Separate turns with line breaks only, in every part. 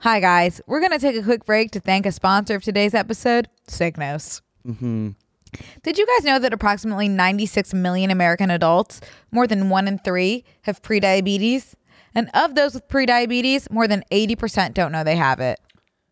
Hi, guys. We're going to take a quick break to thank a sponsor of today's episode, Cygnos. Did you guys know that approximately 96 million American adults, more than one in three, have prediabetes? And of those with prediabetes, more than 80% don't know they have it.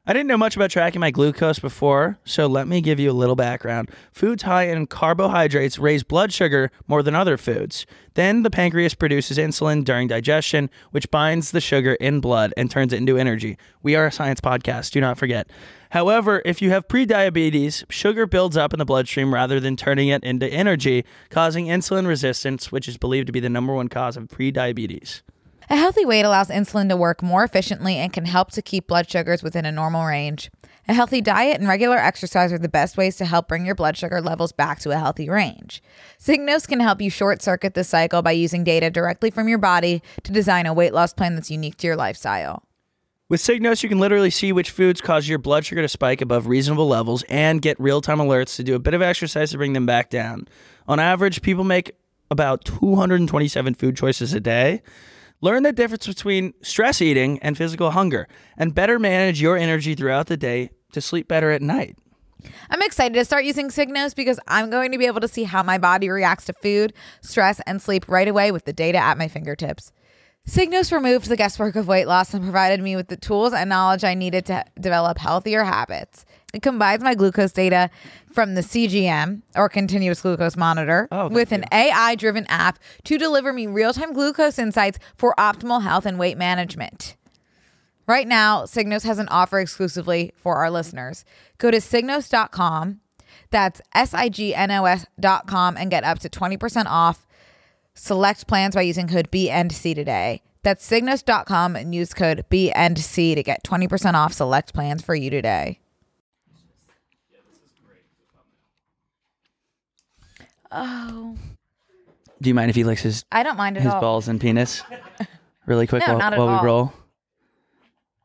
I didn't know much about tracking my glucose before, so let me give you a little background. Foods high in carbohydrates raise blood sugar more than other foods. Then the pancreas produces insulin during digestion, which binds the sugar in blood and turns it into energy. We are a science podcast, do not forget. However, if you have prediabetes, sugar builds up in the bloodstream rather than turning it into energy, causing insulin resistance, which is believed to be the number one cause of prediabetes.
A healthy weight allows insulin to work more efficiently and can help to keep blood sugars within a normal range. A healthy diet and regular exercise are the best ways to help bring your blood sugar levels back to a healthy range. Cygnos can help you short circuit this cycle by using data directly from your body to design a weight loss plan that's unique to your lifestyle.
With Cygnos, you can literally see which foods cause your blood sugar to spike above reasonable levels and get real time alerts to do a bit of exercise to bring them back down. On average, people make about 227 food choices a day. Learn the difference between stress eating and physical hunger, and better manage your energy throughout the day to sleep better at night.
I'm excited to start using Cygnos because I'm going to be able to see how my body reacts to food, stress, and sleep right away with the data at my fingertips. Cygnos removed the guesswork of weight loss and provided me with the tools and knowledge I needed to develop healthier habits. It combines my glucose data from the CGM or continuous glucose monitor
Oh, thank
with an AI driven app to deliver me real time glucose insights for optimal health and weight management. Right now, Signos has an offer exclusively for our listeners. Go to signos.com, that's S I G N O S.com, and get up to 20% off select plans by using code B and C today. That's signos.com and use code B and C to get 20% off select plans for you today. Oh,
Do you mind if he licks his,
I don't mind at
his
all.
balls and penis really quick
No,
while,
not at
while we
all.
roll?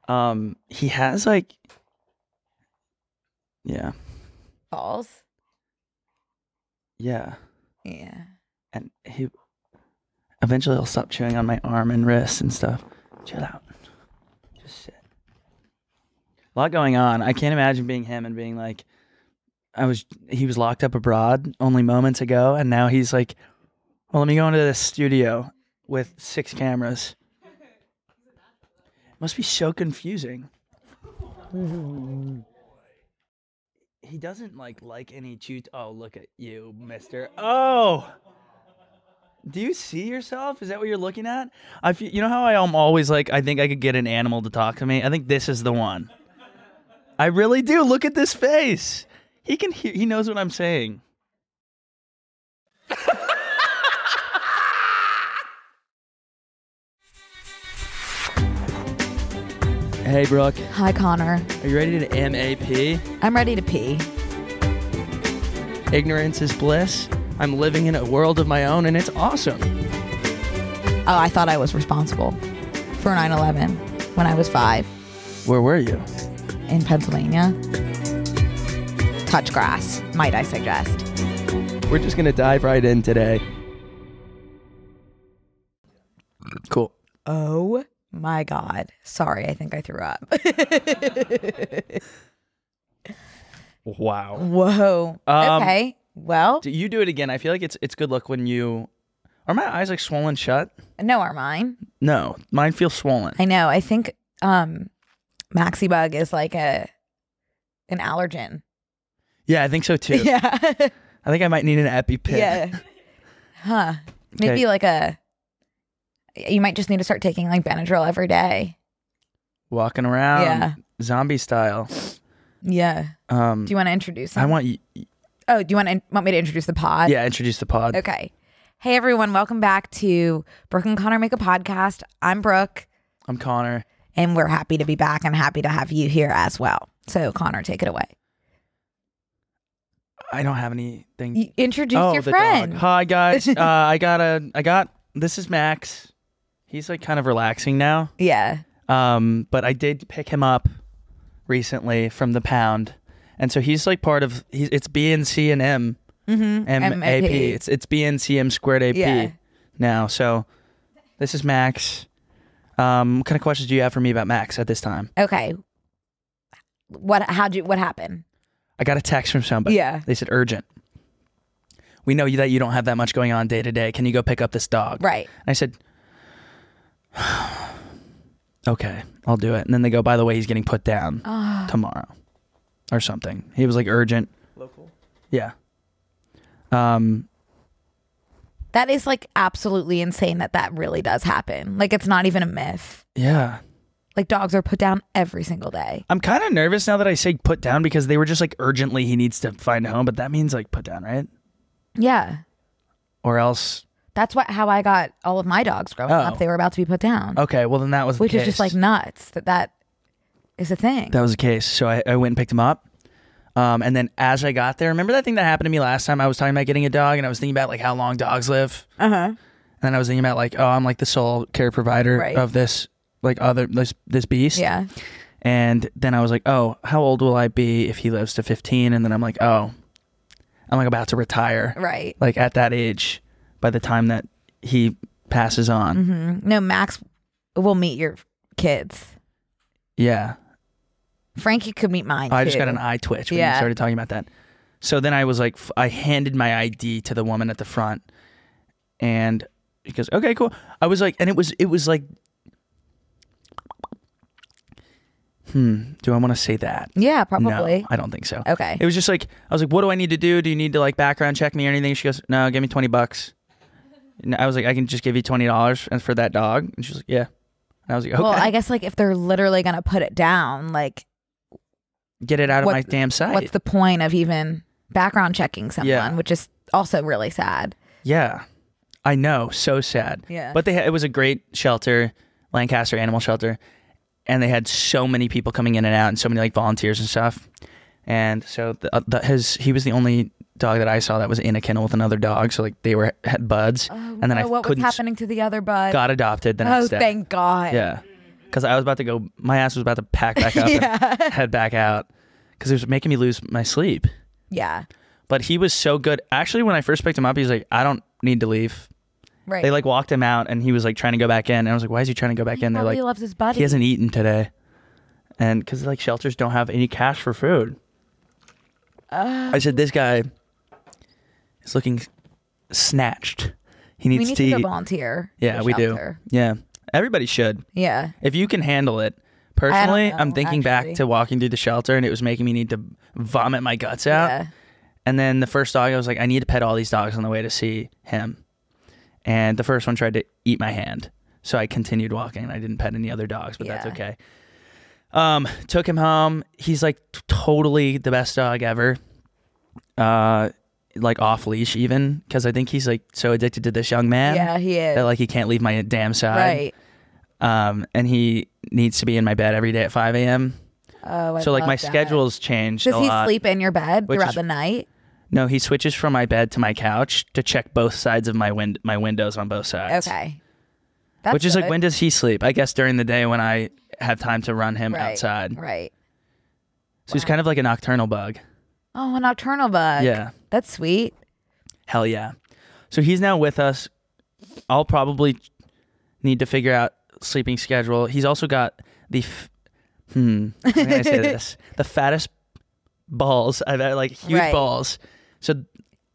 Um, he has like, yeah,
Balls?
yeah.
Yeah.
and he eventually he'll stop chewing on my arm and wrist and stuff. Chill out. Just sit. A lot going on. I can't imagine being him and being like, I was. He was locked up abroad only moments ago, and now he's like, "Well, let me go into this studio with six cameras." Must be so confusing. He doesn't like like any chew. Oh, look at you, Mister. Oh. Do you see yourself? Is that what you're looking at? I feel, you know how I am always like I think I could get an animal to talk to me. I think this is the one. I really do. Look at this face. He can hear. He knows what I'm saying. hey, Brooke.
Hi, Connor.
Are you ready to MAP?
I'm ready to pee.
Ignorance is bliss. I'm living in a world of my own, and it's awesome.
Oh, I thought I was responsible for 9 11 when I was five
Where were you?
in Pennsylvania. Touch grass, might I suggest.
We're just gonna dive right in today. Cool.
Oh my God. Sorry, I think I threw up.
Wow.
Whoa.
Um,
okay. Well,
Do you do it again? I feel like it's it's good luck when you are my eyes like swollen shut.
no, are mine.
No, mine feel swollen.
I know. I think um, Maxibug is like a an allergen.
Yeah, I think so too.
Yeah.
I think I might need an EpiPen.
yeah. Huh. Maybe
Okay.
like a. You might just need to start taking like Benadryl every day.
Walking around,
Yeah.
zombie style.
Yeah.
Um,
Do you want to introduce?
I
him?
want you.
Oh, do you want to, want me to introduce the pod?
Yeah, introduce the pod.
Okay. Hey everyone, welcome back to Brooke and Connor Make a Podcast. I'm Brooke,
I'm Connor.
and we're happy to be back and happy to have you here as well. So Connor, take it away.
I don't have anything.
You introduce
oh,
your
the
friend.
dog. Hi guys. uh, I got a. I got this is Max. He's like kind of relaxing now.
Yeah.
Um, but I did pick him up recently from the pound, and so he's like part of he's, it's BNC and M
Mm-hmm.
M A P. It's it's BNCM squared AP
Yeah.
now. So this is Max. Um, what kind of questions do you have for me about Max at this time?
Okay. What? How'd you? What happened?
I got a text from somebody.
Yeah.
They said urgent. We know you- that you don't have that much going on day to day. Can you go pick up this dog?
Right.
And I said, okay, I'll do it. And then they go, by the way, he's getting put down tomorrow or something. He was like urgent.
Local.
Yeah. Um,
That is like absolutely insane that that really does happen. Like it's not even a myth.
yeah.
Like dogs are put down every single day.
I'm kind of nervous now that I say put down because they were just like urgently he needs to find a home, but that means like put down, right?
Yeah.
Or else,
That's what how I got all of my dogs growing
Oh.
up. They were about to be put down,
okay, well then that was the
which
case.
is just like nuts that that is a thing.
That was the case. So I, I went and picked him up. Um, and then as I got there, remember that thing that happened to me last time? I was talking about getting a dog and I was thinking about like how long dogs live. Uh huh. And then I was thinking about like, oh, I'm like the sole care provider
Right.
of this like other this this beast.
yeah.
And then I was like, oh, how old will I be if he lives to 15? And then I'm like, oh, I'm like about to retire.
Right.
Like at that age, by the time that he passes on.
Mm-hmm. No, Max will meet your kids.
Yeah.
Frankie could meet mine.
I
too.
just got an eye twitch when
Yeah.
you started talking about that. So then I was like, f- I handed my ID to the woman at the front, and she goes, "Okay, cool." I was like, and it was, it was like, hmm, do I want to say that?
Yeah, probably.
No, I don't think so.
Okay.
It was just like I was like, what do I need to do? Do you need to like background check me or anything? She goes, no, give me twenty bucks. And I was like, I can just give you twenty dollars for that dog, and she's like, yeah. And I was like, okay,
Well, I guess like if they're literally gonna put it down, like
get it out
what-
of my damn sight.
what's the point of even background checking someone,
Yeah.
which is also really sad.
Yeah, I know. So sad.
Yeah.
But they had, it was a great shelter, Lancaster Animal Shelter, and they had so many people coming in and out, and so many like volunteers and stuff. And so the, uh, the, his he was the only dog that I saw that was in a kennel with another dog. So like they were had buds, and then I
Oh, what was
couldn't
happening to the other bud?
got adopted the
Uh,
next
oh,
day.
thank God.
Yeah, because I was about to go. My ass was about to pack back up and head back out because it was making me lose my sleep.
Yeah.
But he was so good. Actually, when I first picked him up, he was like, "I don't need to leave.
Right.
They like walked him out, and he was like trying to go back in. And I was like, "Why is he trying to go back in?" They're
Probably
like,
loves his buddy.
"He hasn't eaten today," and because like shelters don't have any cash for food.
Uh.
I said, "This guy is looking snatched. He
we
needs
need
to
to go
eat."
volunteer.
Yeah,
for
we
shelter.
do. Yeah, everybody should
Yeah.
if you can handle it. Personally, I'm
know,
thinking
actually.
back to walking through the shelter, and it was making me need to vomit my guts out.
Yeah.
And then the first dog, I was like, I need to pet all these dogs on the way to see him. And the first one tried to eat my hand. So I continued walking and I didn't pet any other dogs, but that's
Yeah.
okay. Um, took him home. He's like t- totally the best dog ever. Uh, like off leash even because I think he's like so addicted to this young man
Yeah, he is.
that like he can't leave my damn side.
right.
Um, and he needs to be in my bed every day at 5 a.m.
Oh, I
so like
love
my
that.
schedule's changed.
Does
a
he
lot.
sleep in your bed
which
throughout
is-
the night?
No, he switches from my bed to my couch to check both sides of my wind my windows on both sides.
Okay. That's
Which is like
good.
when does he sleep? I guess during the day when I have time to run him
Right,
outside.
Right.
So he's kind of like a nocturnal bug.
Oh, a nocturnal bug.
Yeah.
That's sweet.
Hell yeah. So he's now with us. I'll probably need to figure out sleeping schedule. He's also got the f- hmm. How can I say this? The fattest balls. I've had like huge
Right.
balls. So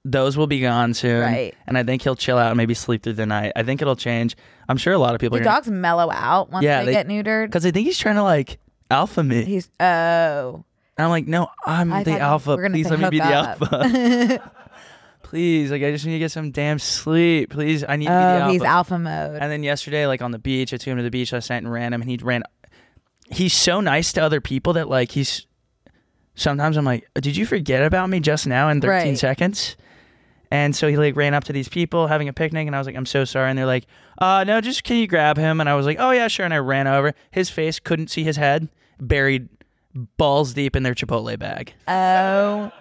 those will be gone soon.
Right.
And I think he'll chill out and maybe sleep through the night. I think it'll change. I'm sure a lot of people
Do
are
dogs mellow out once
Yeah,
they,
they-
get neutered?
because I think he's trying to like alpha me.
He's oh.
And I'm like, no, I'm
I
the
thought you
alpha.
were gonna
Please
say
let me be the
hook up.
alpha. Please, like I just need to get some damn sleep. Please, I need to be the
Oh,
alpha.
he's alpha mode.
And then yesterday, like on the beach, I took him to the beach last night and ran him, and he ran. He's so nice to other people that like he's. Sometimes I'm like, did you forget about me just now in 13
Right.
seconds? And so he like ran up to these people having a picnic, and I was like, I'm so sorry. And they're like, uh, no, just can you grab him? And I was like, oh yeah, sure. And I ran over. His face couldn't see his head, buried balls deep in their Chipotle bag.
oh,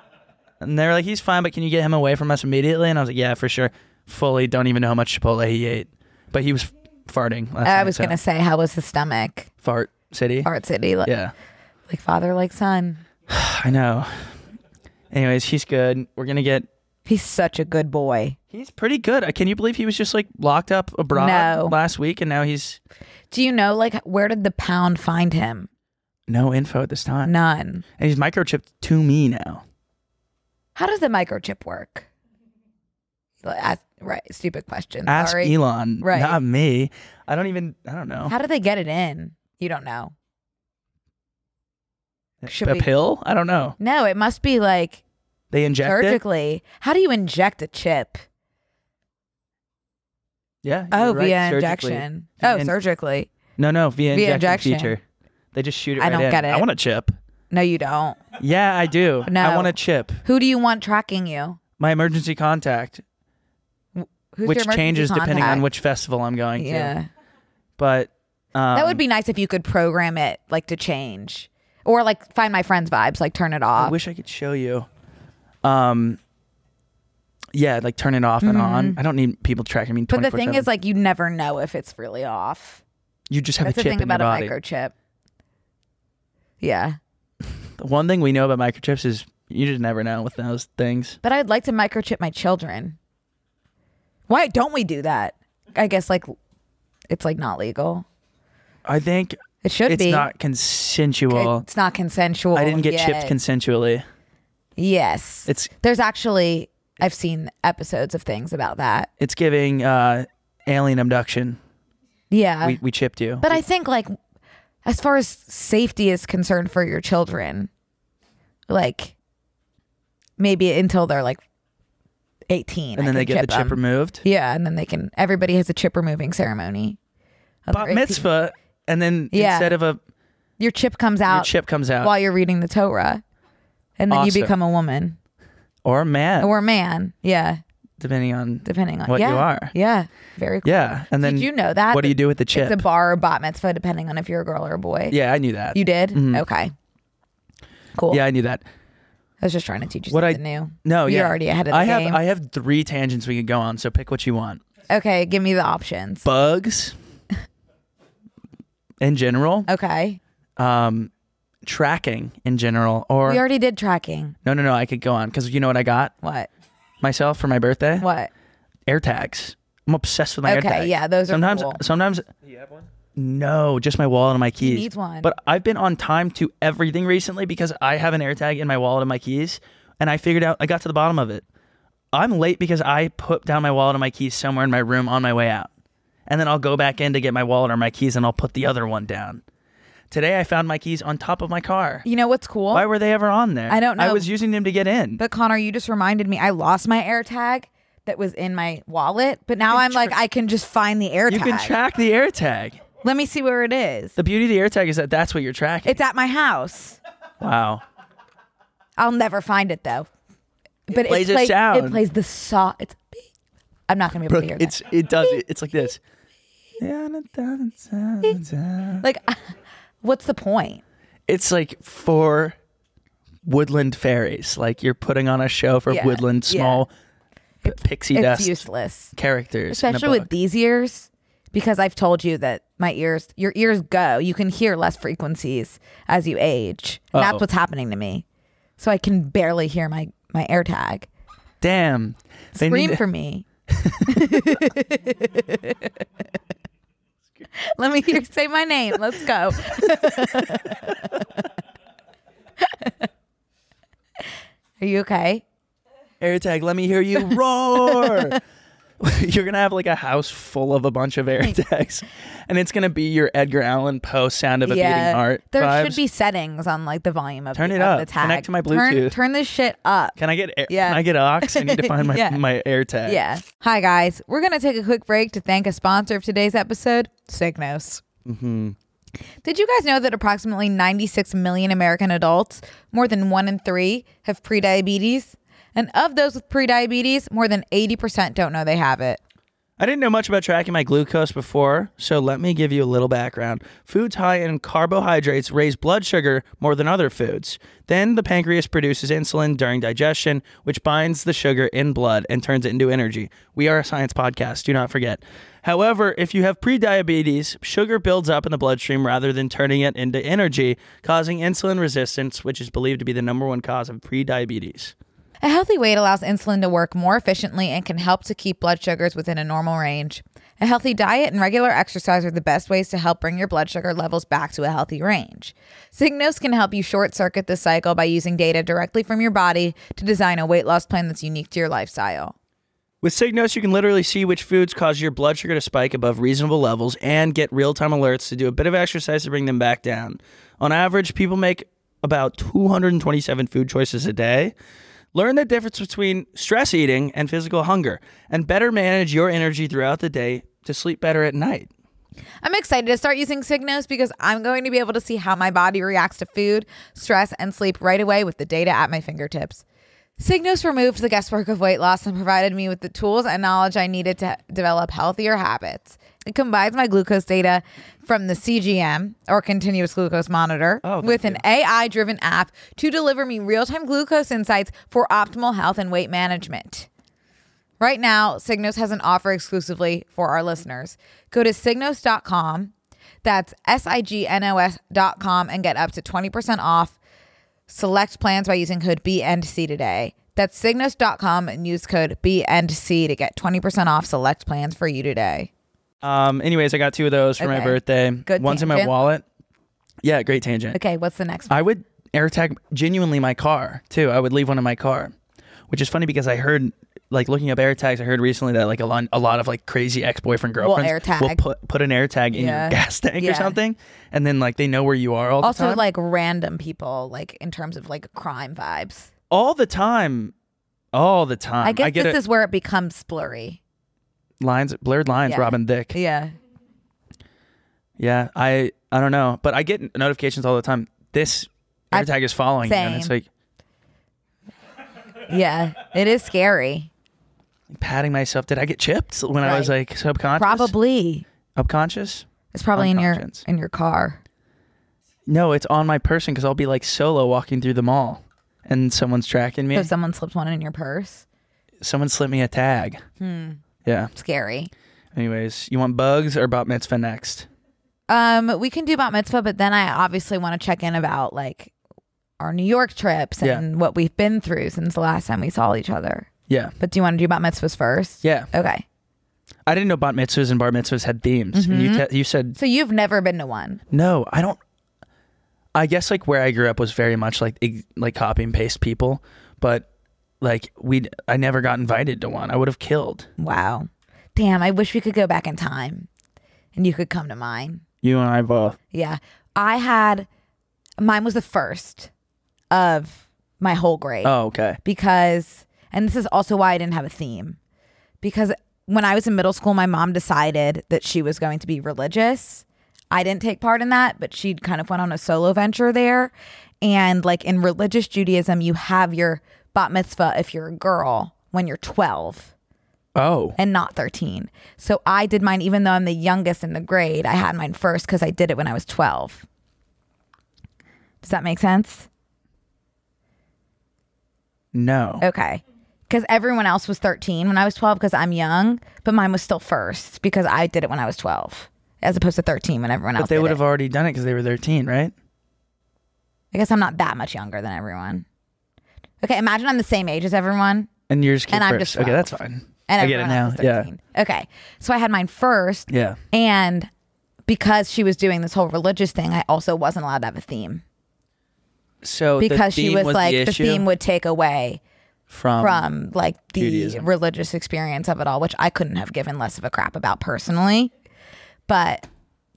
And they were like, he's fine, but can you get him away from us immediately? And I was like, yeah, for sure. Fully don't even know how much Chipotle he ate. But he was farting. Last
I
night,
was
so.
gonna say, how was his stomach?
Fart City.
Art City, like,
Yeah,
like father, like son.
I know. Anyways, he's good. We're gonna get
He's such a good boy.
He's pretty good. Uh, Can you believe he was just like locked up abroad
No.
last week and now he's
Do you know like where did the pound find him?
no info at this time?
None.
And he's microchipped to me now.
How does the microchip work? Like, ask- right, stupid question.
Ask
Sorry.
Elon,
Right.
not me. I don't even, I don't know.
How do they get it in? You don't know. should
a
we-
pill? I don't know.
No, it must be like
They inject it?
surgically. How do you inject a chip?
Yeah.
Oh,
you're right,
via
surgically.
injection.
Via
Oh,
in-
surgically.
No, no, via,
Via
injection,
injection.
feature. They just shoot it
I
right
don't
in.
get it.
I want a chip.
No, you don't.
Yeah, I do.
No.
I want a chip.
Who do you want tracking you?
My emergency contact,
Who's your
which
emergency
changes depending on
contact?
which festival I'm going
Yeah.
to. But um,
that would be nice if you could program it like to change or like find my friends vibes, like turn it
I
off.
wish I could show you. Um, yeah, like turn it off and on. I don't need people tracking me.
Mm-hmm. but the thing
24/7.
is, like, you never know if it's really off.
you just have a
That's the
chip
thing
in your
about a
body.
microchip. Yeah.
The One thing we know about microchips is you just never know with those things.
But I'd like to microchip my children. Why don't we do that? I guess like it's like not legal.
I think
It should
it's
be.
not consensual.
it's not consensual.
I didn't get
yet.
chipped consensually.
yes.
It's
There's actually I've seen episodes of things about that.
it's giving uh, alien abduction.
Yeah.
we, we chipped you.
Uh, But I think like as far as safety is concerned for your children, like maybe until they're like 18
and then
I
they
can
get the
them.
chip removed.
Yeah, and then they can everybody has a chip removing ceremony. Other
Bat
18
mitzvah, and then
Yeah.
instead of a
Your chip comes
your
out
chip comes out
while you're reading the Torah. And then
Awesome.
you become a woman
or a man,
or a man. Yeah,
depending on
depending on
What you
yeah,
are.
Yeah, very cool.
yeah. And then
did you know that?
what do you do with the chip?
It's a bar or bat mitzvah, depending on if you're a girl or a boy.
yeah, I knew that.
You did? Okay. Cool.
Yeah, I knew that.
I was just trying to teach you
What I-
something new.
No,
You're
yeah.
already ahead of the
I have
game.
I have three tangents we could go on, so pick what you want.
okay, give me the options.
Bugs in general,
okay.
um tracking in general or
We already did tracking.
No, no, no, I could go on cuz you know what I got
What?
myself for my birthday?
What?
Air tags. I'm obsessed with my
Okay,
air tags.
yeah, those are
sometimes,
cool.
Sometimes you have one? No, just my wallet and my keys.
needs one.
But I've been on time to everything recently because I have an air tag in my wallet and my keys, and I figured out I got to the bottom of it. I'm late because I put down my wallet and my keys somewhere in my room on my way out. And then I'll go back in to get my wallet or my keys and I'll put the other one down. Today I found my keys on top of my car.
You know what's cool?
Why were they ever on there?
I don't
I
know.
was using them to get in.
but Connor, you just reminded me I lost my AirTag that was in my wallet, but now I'm like I can just find the AirTag.
you can track the air tag.
Let me see where it is.
The beauty of the air tag is that that's what you're tracking.
It's at my house.
wow.
I'll never find it though. But it
plays a
play-
sound.
It plays the saw. It's. I'm not gonna be able to hear that.
It's it does it. It's like this. It's
like, what's the point?
like for woodland fairies. Like you're putting on a show for
Yeah,
woodland
yeah.
small p- pixie
It's
dust
useless.
characters.
especially
in a book.
with these ears because i've told you that my ears your ears go you can hear less frequencies as you age and
Uh-oh.
that's what's happening to me so i can barely hear my my air tag
damn. They need
scream
to-
for me let me hear say my name let's go are you okay
air tag. Let me hear you roar. You're gonna have like a house full of a bunch of air tags, and it's gonna be your Edgar Allan Poe sound of a beating heart.
There
vibes.
should be settings on like the volume of
Turn
the,
it
of
up.
The tag.
Connect to my
Turn,
Bluetooth.
turn this shit up.
Can I get? Air,
Yeah.
Can I get ox? I need to find my
Yeah.
my air tag.
Yeah. Hi guys, we're gonna take a quick break to thank a sponsor of today's episode, Signos.
Mm-hmm.
Did you guys know that approximately 96 million American adults, more than one in three, have prediabetes? And of those with prediabetes, more than 80% don't know they have it.
I didn't know much about tracking my glucose before, so let me give you a little background. Foods high in carbohydrates raise blood sugar more than other foods. Then the pancreas produces insulin during digestion, which binds the sugar in blood and turns it into energy. We are a science podcast, do not forget. However, if you have prediabetes, sugar builds up in the bloodstream rather than turning it into energy, causing insulin resistance, which is believed to be the number one cause of prediabetes.
A healthy weight allows insulin to work more efficiently and can help to keep blood sugars within a normal range. A healthy diet and regular exercise are the best ways to help bring your blood sugar levels back to a healthy range. Signos can help you short circuit this cycle by using data directly from your body to design a weight loss plan that's unique to your lifestyle.
With Signos, you can literally see which foods cause your blood sugar to spike above reasonable levels and get real time alerts to do a bit of exercise to bring them back down. On average, people make about 227 food choices a day. Learn the difference between stress eating and physical hunger, and better manage your energy throughout the day to sleep better at night.
I'm excited to start using Signos because I'm going to be able to see how my body reacts to food, stress, and sleep right away with the data at my fingertips. Signos removed the guesswork of weight loss and provided me with the tools and knowledge I needed to develop healthier habits. It combines my glucose data from the CGM or continuous glucose monitor
Oh, thank
with
you.
an AI driven app to deliver me real time glucose insights for optimal health and weight management. Right now, Signos has an offer exclusively for our listeners. Go to signos.com, that's S I G N O S.com, and get up to 20% off select plans by using code B and C today. That's signos.com and use code B and C to get 20% off select plans for you today.
Um, anyways, I got two of those for my
Okay.
birthday.
Good
One's in my
tangent.
wallet. Yeah, great tangent.
Okay, what's the next one?
I would air tag genuinely my car too. I would leave one in my car, which is funny because I heard like looking up air tags. I heard recently that like a lot, a lot of like crazy ex boyfriend girlfriends
air tag.
will put put an air tag in
Yeah.
your gas tank
Yeah.
or something, and then like they know where you are all the
Also,
time.
like random people, like in terms of like crime vibes.
all the time, all the time.
I guess
Um, get
this
it-
is where it becomes blurry.
lines, blurred lines.
Yeah.
Robin Dick.
Yeah.
Yeah, I I don't know, but I get notifications all the time. This
I-
air tag is following you, and it's
Same.
like
Yeah. It is scary.
patting myself. Did I get chipped when I was
Right.
like subconscious?
Probably.
Subconscious.
It's probably in your
Unconscious.
in your car.
No, it's on my person because I'll be like solo walking through the mall, and someone's tracking me.
If someone slipped one in your purse.
Someone slipped me a tag. Yeah.
Scary.
Anyways, you want bugs or bat mitzvah next?
Um, we can do bat mitzvah, but then I obviously want to check in about like our New York trips
Yeah.
and what we've been through since the last time we saw each other.
Yeah.
But do you want to do bat mitzvahs first?
Yeah.
Okay.
I didn't know bat mitzvahs and bar mitzvahs had themes. And you te- you said
So you've never been to one.
no. I don't. I guess like where I grew up was very much like ex- like copy and paste people, but like we I never got invited to one. I would have killed.
Wow. Damn, I wish we could go back in time and you could come to mine.
You and I both.
Yeah. I had mine was the first of my whole grade.
Oh, okay.
because and this is also why I didn't have a theme. Because when I was in middle school, my mom decided that she was going to be religious. I didn't take part in that, but she kind of went on a solo venture there. And like in religious Judaism, you have your bat mitzvah if you're a girl when you're 12
Oh,
and not 13. So I did mine even though I'm the youngest in the grade. I had mine first cuz I did it when I was 12. Does that make sense?
no.
Okay. Because everyone else was 13 when I was 12 because I'm young, but mine was still first because I did it when I was 12 as opposed to 13 when everyone else
but they
did
would
Oh, it.
have already done it because they were 13, right?
I guess I'm not that much younger than everyone. Okay, imagine I'm the same age as everyone
And yours came
And I'm
first.
just
okay,
12.
that's fine.
and
I get it
everyone
now.
else was
Yeah.
13. Okay. So I had mine first
Yeah.
and because she was doing this whole religious thing, I also wasn't allowed to have a theme
So the
because she
theme
was, like the,
issue
theme would take away
from,
from like the
Judaism.
religious experience of it all, which I couldn't have given less of a crap about personally. But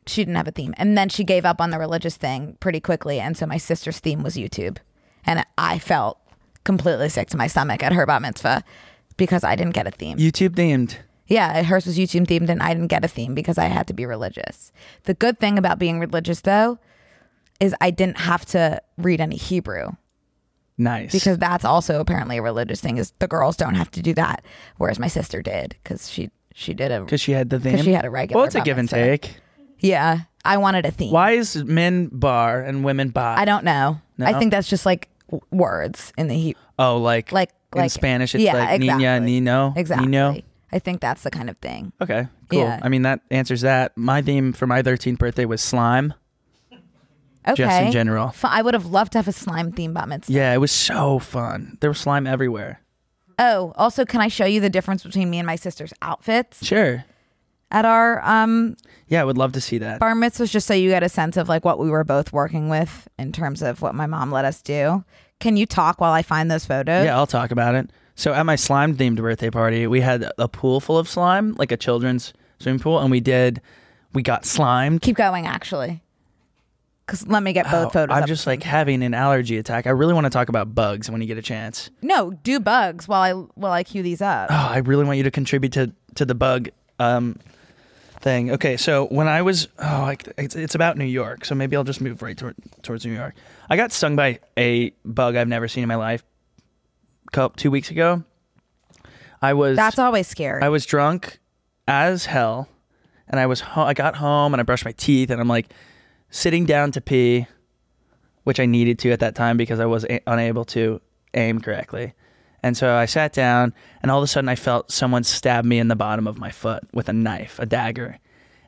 she didn't have a theme. And then she gave up on the religious thing pretty quickly. And so my sister's theme was YouTube. And I felt completely sick to my stomach at her bat mitzvah because I didn't get a theme.
YouTube themed.
Yeah, hers was YouTube themed, and I didn't get a theme because I had to be religious. The good thing about being religious, though, is I didn't have to read any Hebrew
Nice.
because that's also apparently a religious thing. Is the girls don't have to do that, whereas my sister did because she she did a
'Cause she had the theme.
because she had a regular.
well, it's a
bat
give and
mitzvah.
take.
Yeah, I wanted a theme.
Why is men bar and women bar?
I don't know.
No?
I think that's just like w- words in the Hebrew.
oh, like
Like
in
like
Spanish, it's
yeah,
like niña,
exactly.
nino,
exactly.
nino.
I think that's the kind of thing.
Okay, cool.
Yeah.
I mean, that answers that. My theme for my 13th birthday was slime.
Okay.
just in general.
F- I would have loved to have a slime theme bat mitzvah.
Yeah, it was so fun. There was slime everywhere.
Oh, also, can I show you the difference between me and my sister's outfits
Sure.
at our um,
Yeah, I would love to see that.
bar mitzvahs, just so you get a sense of like what we were both working with in terms of what my mom let us do? Can you talk while I find those photos?
Yeah, I'll talk about it. So at my slime themed birthday party, we had a pool full of slime, like a children's swimming pool, and we did. We got slimed.
Keep going, actually, because let me get both
Oh,
photos.
I'm
up.
just like having an allergy attack. I really want to talk about bugs when you get a chance.
no, do bugs while I while I cue these up.
Oh, I really want you to contribute to to the bug um, thing. Okay, so when I was oh, I, it's, it's about New York, so maybe I'll just move right toward, towards New York. I got stung by a bug I've never seen in my life. Couple two weeks ago, I was
That's always scary.
I was drunk as hell, and I was ho- I got home and I brushed my teeth and I'm like sitting down to pee, which I needed to at that time because I was a- unable to aim correctly, and so I sat down and all of a sudden I felt someone stab me in the bottom of my foot with a knife, a dagger,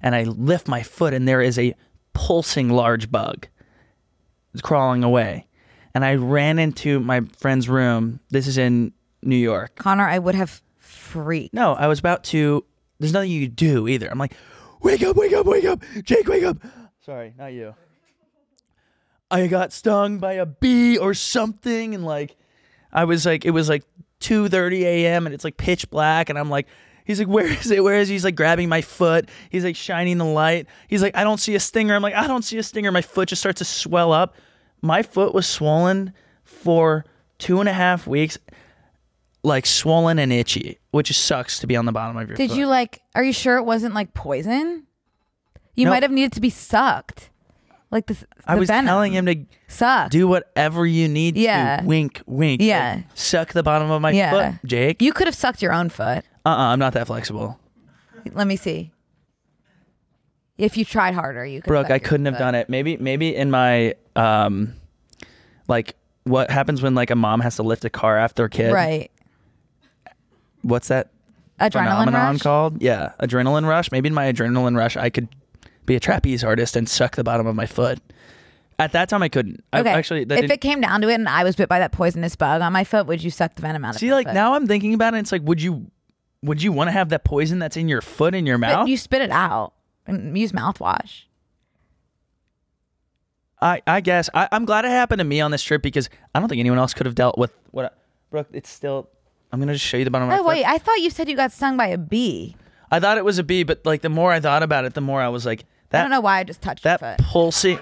and I lift my foot and there is a pulsing large bug crawling away, and I ran into my friend's room. This is in New York.
Connor, I would have freaked.
No, I was about to. There's nothing you could do either. I'm like, wake up, wake up, wake up, Jake, wake up. Sorry, not you. I got stung by a bee or something, and like, I was like, it was like 2:30 a.m. and it's like pitch black, and I'm like, he's like, where is it? Where is he? He's like grabbing my foot. He's like shining the light. He's like, I don't see a stinger. I'm like, I don't see a stinger. My foot just starts to swell up. My foot was swollen for two and a half weeks, like swollen and itchy, which sucks to be on the bottom of your
Did
foot.
you like? Are you sure it wasn't like poison? You
No.
might have needed to be sucked, like this.
I
the
was
venom.
telling him to
suck.
do whatever you need
Yeah.
to. Wink, wink. Like,
Yeah.
suck the bottom of my
Yeah.
foot, Jake.
You could have sucked your own foot.
uh uh-uh, uh, i am not that flexible.
Let me see. If you tried harder, you could.
Brooke, I couldn't have done it. Maybe, maybe in my, um, like, what happens when like a mom has to lift a car after a kid?
Right.
What's that
Adrenaline
phenomenon
rush.
called? Yeah, adrenaline rush. Maybe in my adrenaline rush, I could be a trapeze artist and suck the bottom of my foot. At that time, I couldn't.
Okay.
I, actually, that
if
didn't-
it came down to it, and I was bit by that poisonous bug on my foot, would you suck the venom out of
see,
my
like
foot?
now I'm thinking about it. It's like, would you, would you want to have that poison that's in your foot in your
But
mouth?
you spit it out and use mouthwash.
I, I guess I, I'm glad it happened to me on this trip because I don't think anyone else could have dealt with what. I, Brooke, it's still. I'm gonna just show you the bottom of my
Oh
foot.
wait, I thought you said you got stung by a bee.
I thought it was a bee, but like the more I thought about it, the more I was like
I don't
that
know why I just touched
that
your foot.
pulsing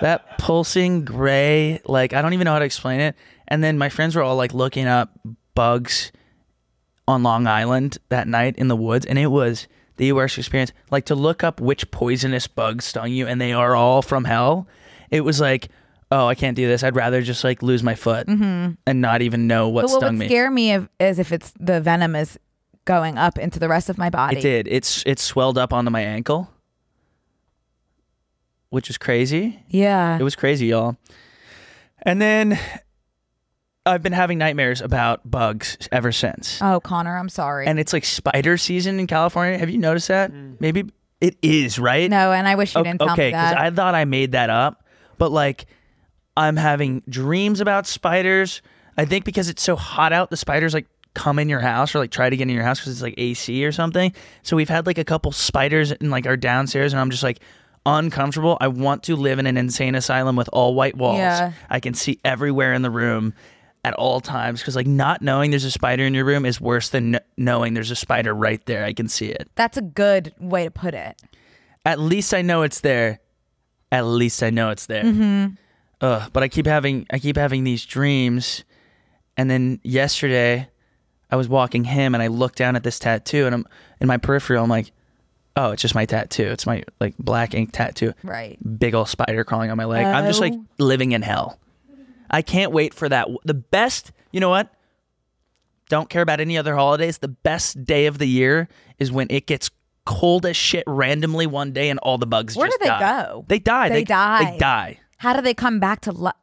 that pulsing gray, like I don't even know how to explain it. And then my friends were all like looking up bugs on Long Island that night in the woods and it was the worst experience. Like to look up which poisonous bugs stung you and they are all from hell. It was like, oh, I can't do this. I'd rather just like lose my foot and not even know what
Mm-hmm. But what
stung
would
me.
scare me if, is if it's the venom is going up into the rest of my body.
It did. It's it swelled up onto my ankle, which is crazy.
Yeah.
It was crazy, y'all. And then I've been having nightmares about bugs ever since.
oh, Connor, I'm sorry.
And it's like spider season in California. Have you noticed that?
Mm.
Maybe it is, right?
no, and I wish you
O-
didn't tell
okay,
me that.
I thought I made that up, but like I'm having dreams about spiders. I think because it's so hot out, the spiders like come in your house or like try to get in your house because it's like AC or something. So we've had like a couple spiders in like our downstairs, and I'm just like uncomfortable. I want to live in an insane asylum with all white walls.
Yeah.
I can see everywhere in the room at all times because like not knowing there's a spider in your room is worse than kn- knowing there's a spider right there. I can see it
That's a good way to put it.
at least I know it's there. At least I know it's there. Ugh, but I keep having I keep having these dreams, and then yesterday, I was walking him, and I looked down at this tattoo, and I'm in my peripheral. I'm like, oh, it's just my tattoo. It's my like black ink tattoo.
Right.
Big old spider crawling on my leg. I'm just like
Oh.
living in hell. I can't wait for that. The best, you know what? Don't care about any other holidays. The best day of the year is when it gets cold as shit randomly one day and all the bugs
Where
just
do they
die.
go?
They die.
They
They
die.
die.
How do they come back to life?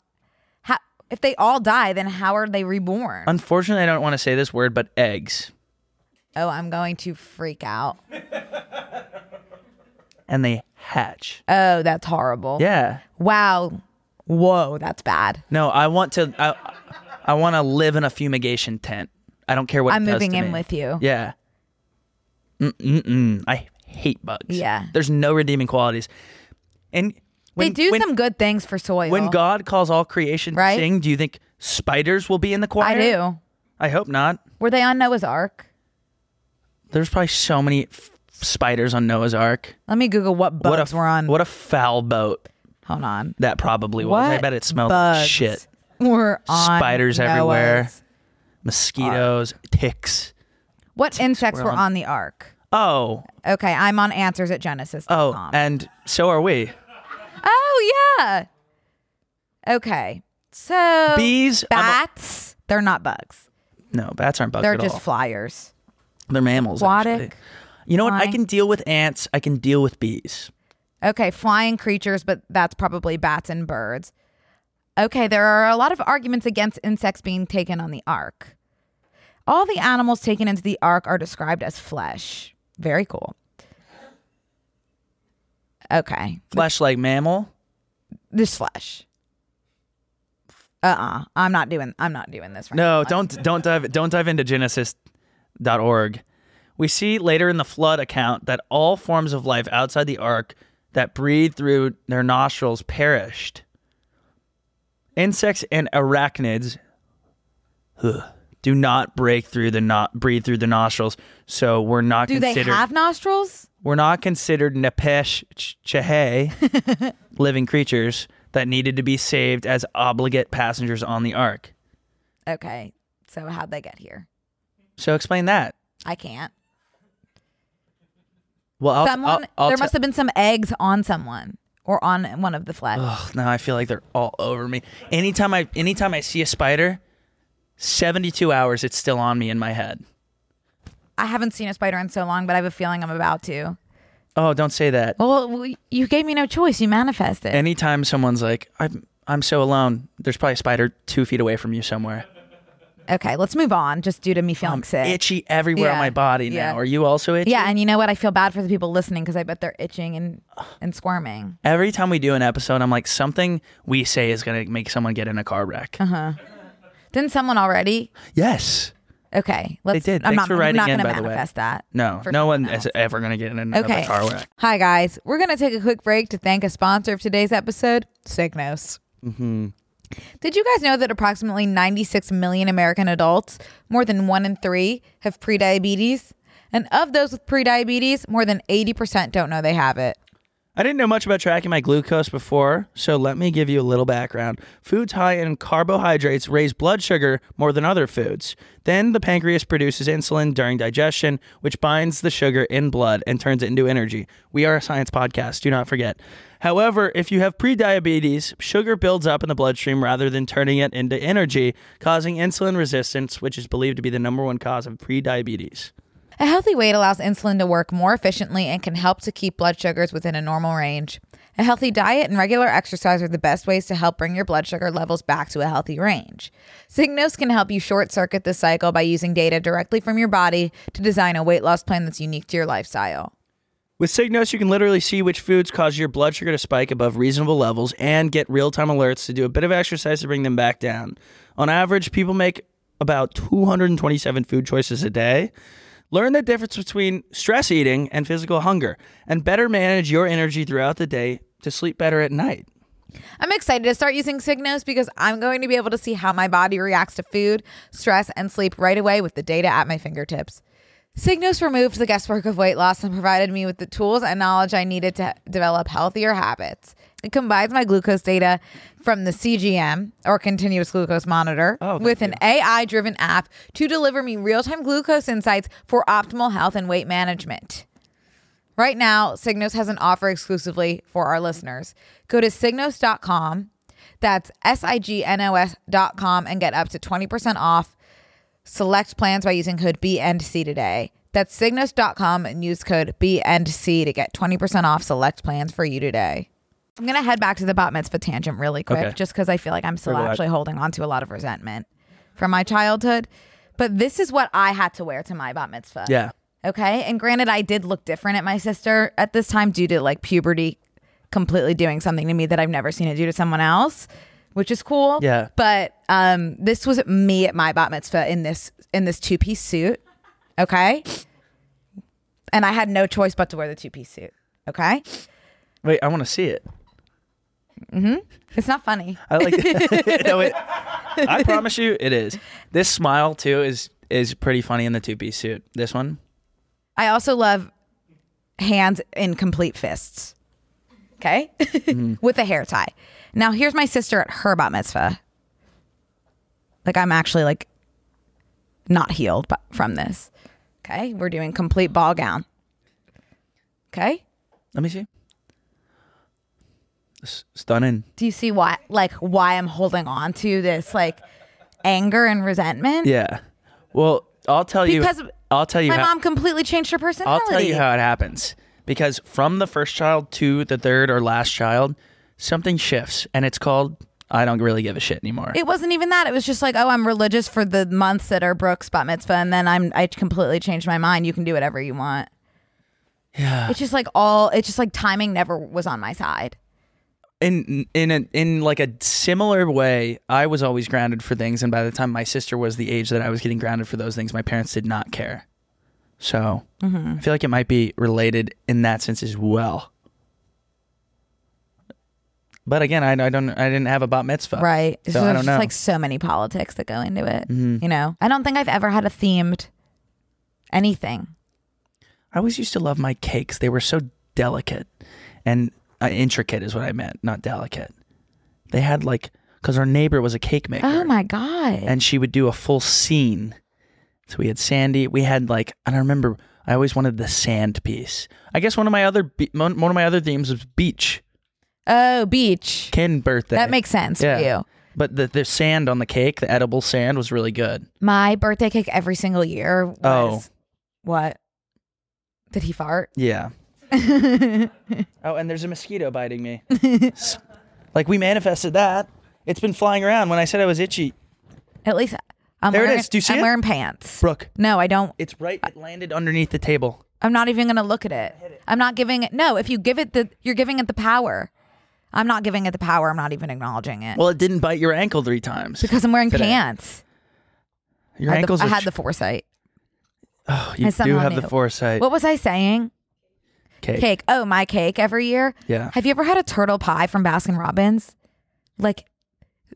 How if they all die, then how are they reborn?
Unfortunately, I don't want to say this word, but eggs.
oh, I'm going to freak out.
and they hatch.
Oh, that's horrible.
Yeah.
Wow. Whoa, that's bad.
No, I want to. I, I want to live in a fumigation tent. I don't care what.
I'm
it does
moving
to
in
me.
with you.
Yeah. Mm-mm-mm. I hate bugs.
Yeah.
There's no redeeming qualities, and when,
they do
when,
some good things for soil.
When God calls all creation to
Right?
sing, do you think spiders will be in the choir?
I do.
I hope not.
Were they on Noah's Ark?
There's probably so many f- spiders on Noah's Ark.
Let me Google what bugs
what a f-
were on.
what a foul boat
Hold on.
that probably was.
What
I bet it smelled
bugs
like shit.
Were on
Spiders everywhere.
Noah's?
Mosquitoes, ticks.
What insects
were
were
on-
on the Ark?
Oh,
Okay, I'm on answers at Genesis.
oh, and so are we.
oh yeah. Okay, so
Bees, I'm
bats. They're not bugs.
a- no, bats aren't bugs
They're
at
just
all.
flyers.
They're mammals.
Aquatic.
actually. You know what? I
flying.
can deal with ants. I can deal with bees.
Okay, flying creatures, but that's probably bats and birds. Okay, there are a lot of arguments against insects being taken on the ark. All the animals taken into the ark are described as flesh. Very cool. Okay,
Flesh like mammal.
this flesh. Uh uh-uh, uh, i am not doing. I'm not doing this right.
No, don't don't dive don't dive into genesis.org. We see later in the flood account that all forms of life outside the ark that breathed through their nostrils perished. Insects and arachnids ugh, do not break through the not breathe through the nostrils, so we're not
Do they
considered
have nostrils?
we're not considered nepesh ch- chehe living creatures that needed to be saved as obligate passengers on the ark.
Okay, so how'd they get here?
So explain that.
I can't.
Well, I'll,
Someone.
I'll, I'll
there
te-
must have been some eggs on someone or on one of the flesh.
Ugh, now I feel like they're all over me. Anytime I, anytime I see a spider, seventy-two hours, it's still on me in my head.
I haven't seen a spider in so long, but I have a feeling I'm about to.
Oh, don't say that.
Well, w- you gave me no choice. You manifested.
Anytime someone's like, "I'm, I'm so alone," there's probably a spider two feet away from you somewhere.
Okay, let's move on just due to me feeling
I'm
sick.
itchy everywhere on
Yeah,
my body
yeah.
now. Are you also itchy?
Yeah, and you know what? I feel bad for the people listening because I bet they're itching and, and squirming.
Every time we do an episode, I'm like, something we say is gonna make someone get in a car wreck.
Uh-huh. Didn't someone already?
Yes.
Okay, let's.
did.
I'm
Thanks
not,
for writing
I'm
in,
not
by
going
the
to
way.
manifest that.
No.
for
No
someone
one is
else.
ever gonna get in another
Okay.
car wreck.
Hi guys, we're going to take a quick break to thank a sponsor of today's episode, Signos. Did you guys know that approximately 96 million American adults, more than one in three, have prediabetes? And of those with prediabetes, more than 80% don't know they have it.
I didn't know much about tracking my glucose before, so let me give you a little background. Foods high in carbohydrates raise blood sugar more than other foods. Then the pancreas produces insulin during digestion, which binds the sugar in blood and turns it into energy. We are a science podcast, do not forget. However, if you have prediabetes, sugar builds up in the bloodstream rather than turning it into energy, causing insulin resistance, which is believed to be the number one cause of prediabetes.
A healthy weight allows insulin to work more efficiently and can help to keep blood sugars within a normal range. A healthy diet and regular exercise are the best ways to help bring your blood sugar levels back to a healthy range. Signos can help you short circuit this cycle by using data directly from your body to design a weight loss plan that's unique to your lifestyle.
With Signos, you can literally see which foods cause your blood sugar to spike above reasonable levels and get real time alerts to do a bit of exercise to bring them back down. On average, people make about 227 food choices a day. Learn the difference between stress eating and physical hunger, and better manage your energy throughout the day to sleep better at night.
I'm excited to start using Signos because I'm going to be able to see how my body reacts to food, stress, and sleep right away with the data at my fingertips. Signos removed the guesswork of weight loss and provided me with the tools and knowledge I needed to develop healthier habits. It combines my glucose data from the CGM or continuous glucose monitor
Oh, thank
with an AI driven app to deliver me real time glucose insights for optimal health and weight management. Right now, Signos has an offer exclusively for our listeners. Go to signos.com, that's S I G N O S.com, and get up to 20% off select plans by using code B and C today. That's signos.com and use code B and C to get 20% off select plans for you today. I'm going to head back to the bat mitzvah tangent really quick,
Okay.
just because I feel like I'm still
We're glad.
actually holding on to a lot of resentment from my childhood. But this is what I had to wear to my bat mitzvah.
Yeah.
Okay. And granted, I did look different at my sister at this time due to like puberty completely doing something to me that I've never seen it do to someone else, which is cool.
Yeah.
But um, this was me at my bat mitzvah in this in this two piece suit. Okay. And I had no choice but to wear the two piece suit. Okay.
Wait, I want to see it.
It's not funny.
I like. no, it, I promise you, it is. This smile too is is pretty funny in the two piece suit. This one.
I also love hands in complete fists. Okay. With a hair tie. Now, here's my sister at her bat mitzvah. Like, I'm actually like not healed bu- from this. Okay. We're doing complete ball gown. Okay.
Let me see. S- stunning.
Do you see why, like, why I'm holding on to this, like, anger and resentment?
Yeah. Well, I'll tell
Because
you. I'll tell you.
My
how,
mom completely changed her
I'll
personality.
tell you how it happens. Because from the first child to the third or last child, something shifts, and it's called I don't really give a shit anymore.
it wasn't even that. It was just like, oh, I'm religious for the months that are Brooks bat mitzvah, and then I'm I completely changed my mind. You can do whatever you want.
yeah.
It's just like all. It's just like timing never was on my side.
in in a, in like a similar way, I was always grounded for things, and by the time my sister was the age that I was getting grounded for those things, my parents did not care. So
Mm-hmm.
I feel like it might be related in that sense as well. But again, I, I don't I didn't have a bat mitzvah,
Right.
So
So
I
there's
don't
just
know. Mm-hmm.
like so many politics that go into it. You know, I don't think I've ever had a themed anything.
I always used to love my cakes; they were so delicate and uh, intricate, is what I meant, not delicate. They had like because our neighbor was a cake maker.
Oh my god.
and she would do a full scene. So we had Sandy. We had like, and I remember I always wanted the sand piece. I guess one of my other be- mon- one of my other themes was beach.
oh, beach.
Ken birthday.
That makes sense for
Yeah.
you.
But the the sand on the cake, the edible sand, was really good.
My birthday cake every single year. Was,
Oh.
What? Did he fart?
Yeah. oh, and there's a mosquito biting me. S- like we manifested that. It's been flying around. When I said I was itchy,
At least I'm
There it
wearing,
is. Do you see
I'm
it?
wearing pants.
Brooke,
No, I don't.
it's right. It landed underneath the table.
I'm not even going to look at it. I'm not giving it. No, if you give it the, you're giving it the power. I'm not giving it the power. I'm not even acknowledging it
Well, it didn't bite your ankle three times.
because I'm wearing
today.
pants.
your
I had, the,
ankles
I
are
had
ch-
the foresight.
Oh, you
I
do
somehow
have the
knew.
foresight.
What was I saying?
Cake.
Cake. Oh, my cake every year.
Yeah.
Have you ever had a turtle pie from Baskin Robbins? Like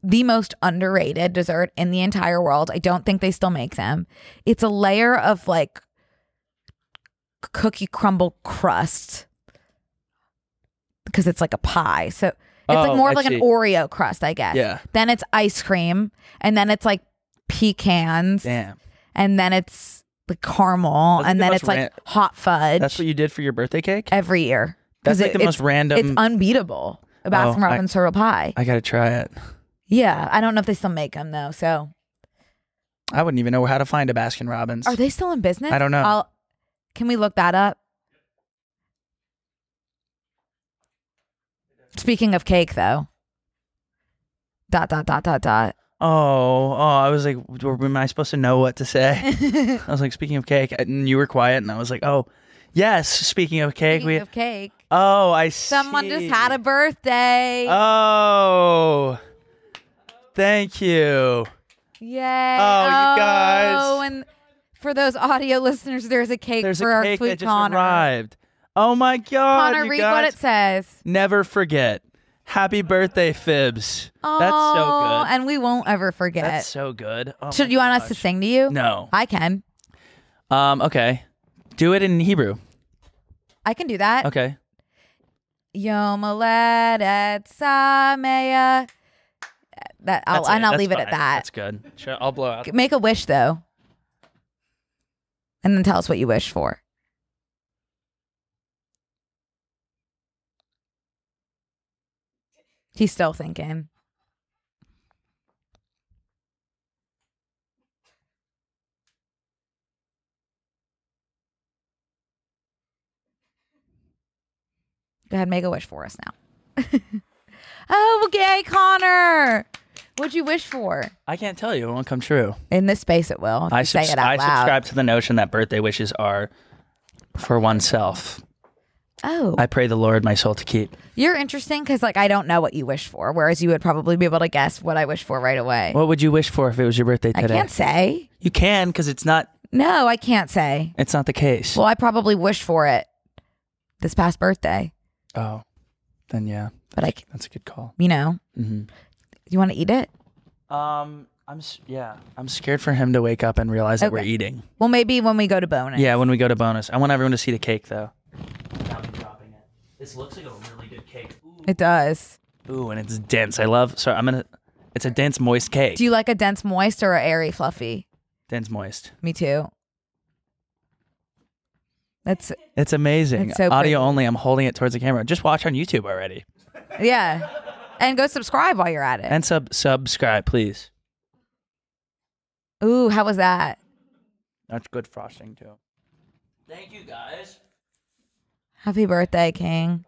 the most underrated dessert in the entire world. I don't think they still make them. It's a layer of like c- cookie crumble crust because it's like a pie. So it's
Oh,
like more
I
of like
see.
an Oreo crust, I guess.
Yeah.
Then it's ice cream, and then it's like pecans,
Damn.
and then it's like caramel,
That's like
and
the
then
most
it's like
ran-
hot fudge
That's what you did for your birthday cake?
every year. 'Cause
That's like
it-
the most
it's-
random.
It's unbeatable. A Baskin
Oh, I-
Robbins turtle pie.
I got to try it.
Yeah, I don't know if they still make them though. So
I wouldn't even know how to find a Baskin Robbins.
are they still in business?
I don't know.
I'll, can we look that up? Speaking of cake, though. Dot dot dot dot dot.
oh, oh, I was like, w- am I supposed to know what to say? I was like, speaking of cake, and you were quiet, and I was like, oh, yes, speaking of cake, we.
Speaking of cake,
oh, I see.
someone just had a birthday.
Oh, thank you.
Yay!
Oh, you guys.
Oh, and for those audio listeners, there's a cake
There's
for
a
our
cake
sweet
that just
Connor.
arrived. Oh my God!
Connor,
you
read
guys.
what it says.
Never forget. Happy birthday, Fibs. That's so
Oh,
good.
And we won't ever forget.
That's so good. Oh
Should
my
you want us to
gosh.
sing to you?
No.
I can. Uh,
Um. Okay. Do it in Hebrew.
I can do that.
Okay.
Yom Yomaled et Sameya. That I'll,
That's
and I'll
That's
leave it at
fine.
that.
That's good. Sure. I'll blow out.
Make a wish though, and then tell us what you wish for. He's still thinking. Go ahead, make a wish for us now. oh, okay, Connor. What'd you wish for?
I can't tell you. It won't come true.
In this space, it will. if
I
you say
subs-
it out
I
loud.
subscribe to the notion that birthday wishes are for oneself.
Oh,
I pray the Lord my soul to keep.
you're interesting because like I don't know what you wish for, whereas you would probably be able to guess what I wish for right away.
What would you wish for if it was your birthday
I
today?
can't say.
You can because it's not.
No, I can't say.
It's not the case.
Well, I probably wished for it this past birthday,
oh, then yeah,
but I, c-
that's a good call.
you know,
Mm-hmm.
you want to eat it?
Um, I'm s- yeah, I'm scared for him to wake up and realize that we're
Okay.
eating.
Well, maybe when we go to bonus.
Yeah, when we go to bonus, I want everyone to see the cake though. Without me dropping it. This looks like a really good cake. Ooh.
it does.
Ooh, and it's dense. I love. Sorry, I'm gonna. It's a dense, moist cake.
Do you like a dense moist or a airy fluffy?
dense, moist.
Me too. That's
It's amazing.
It's so
Audio
pretty.
only. I'm holding it towards the camera. Just watch on YouTube already
yeah. And go subscribe while you're at it.
and sub subscribe, please.
Ooh, how was that?
That's good frosting too. Thank you guys.
Happy birthday, King.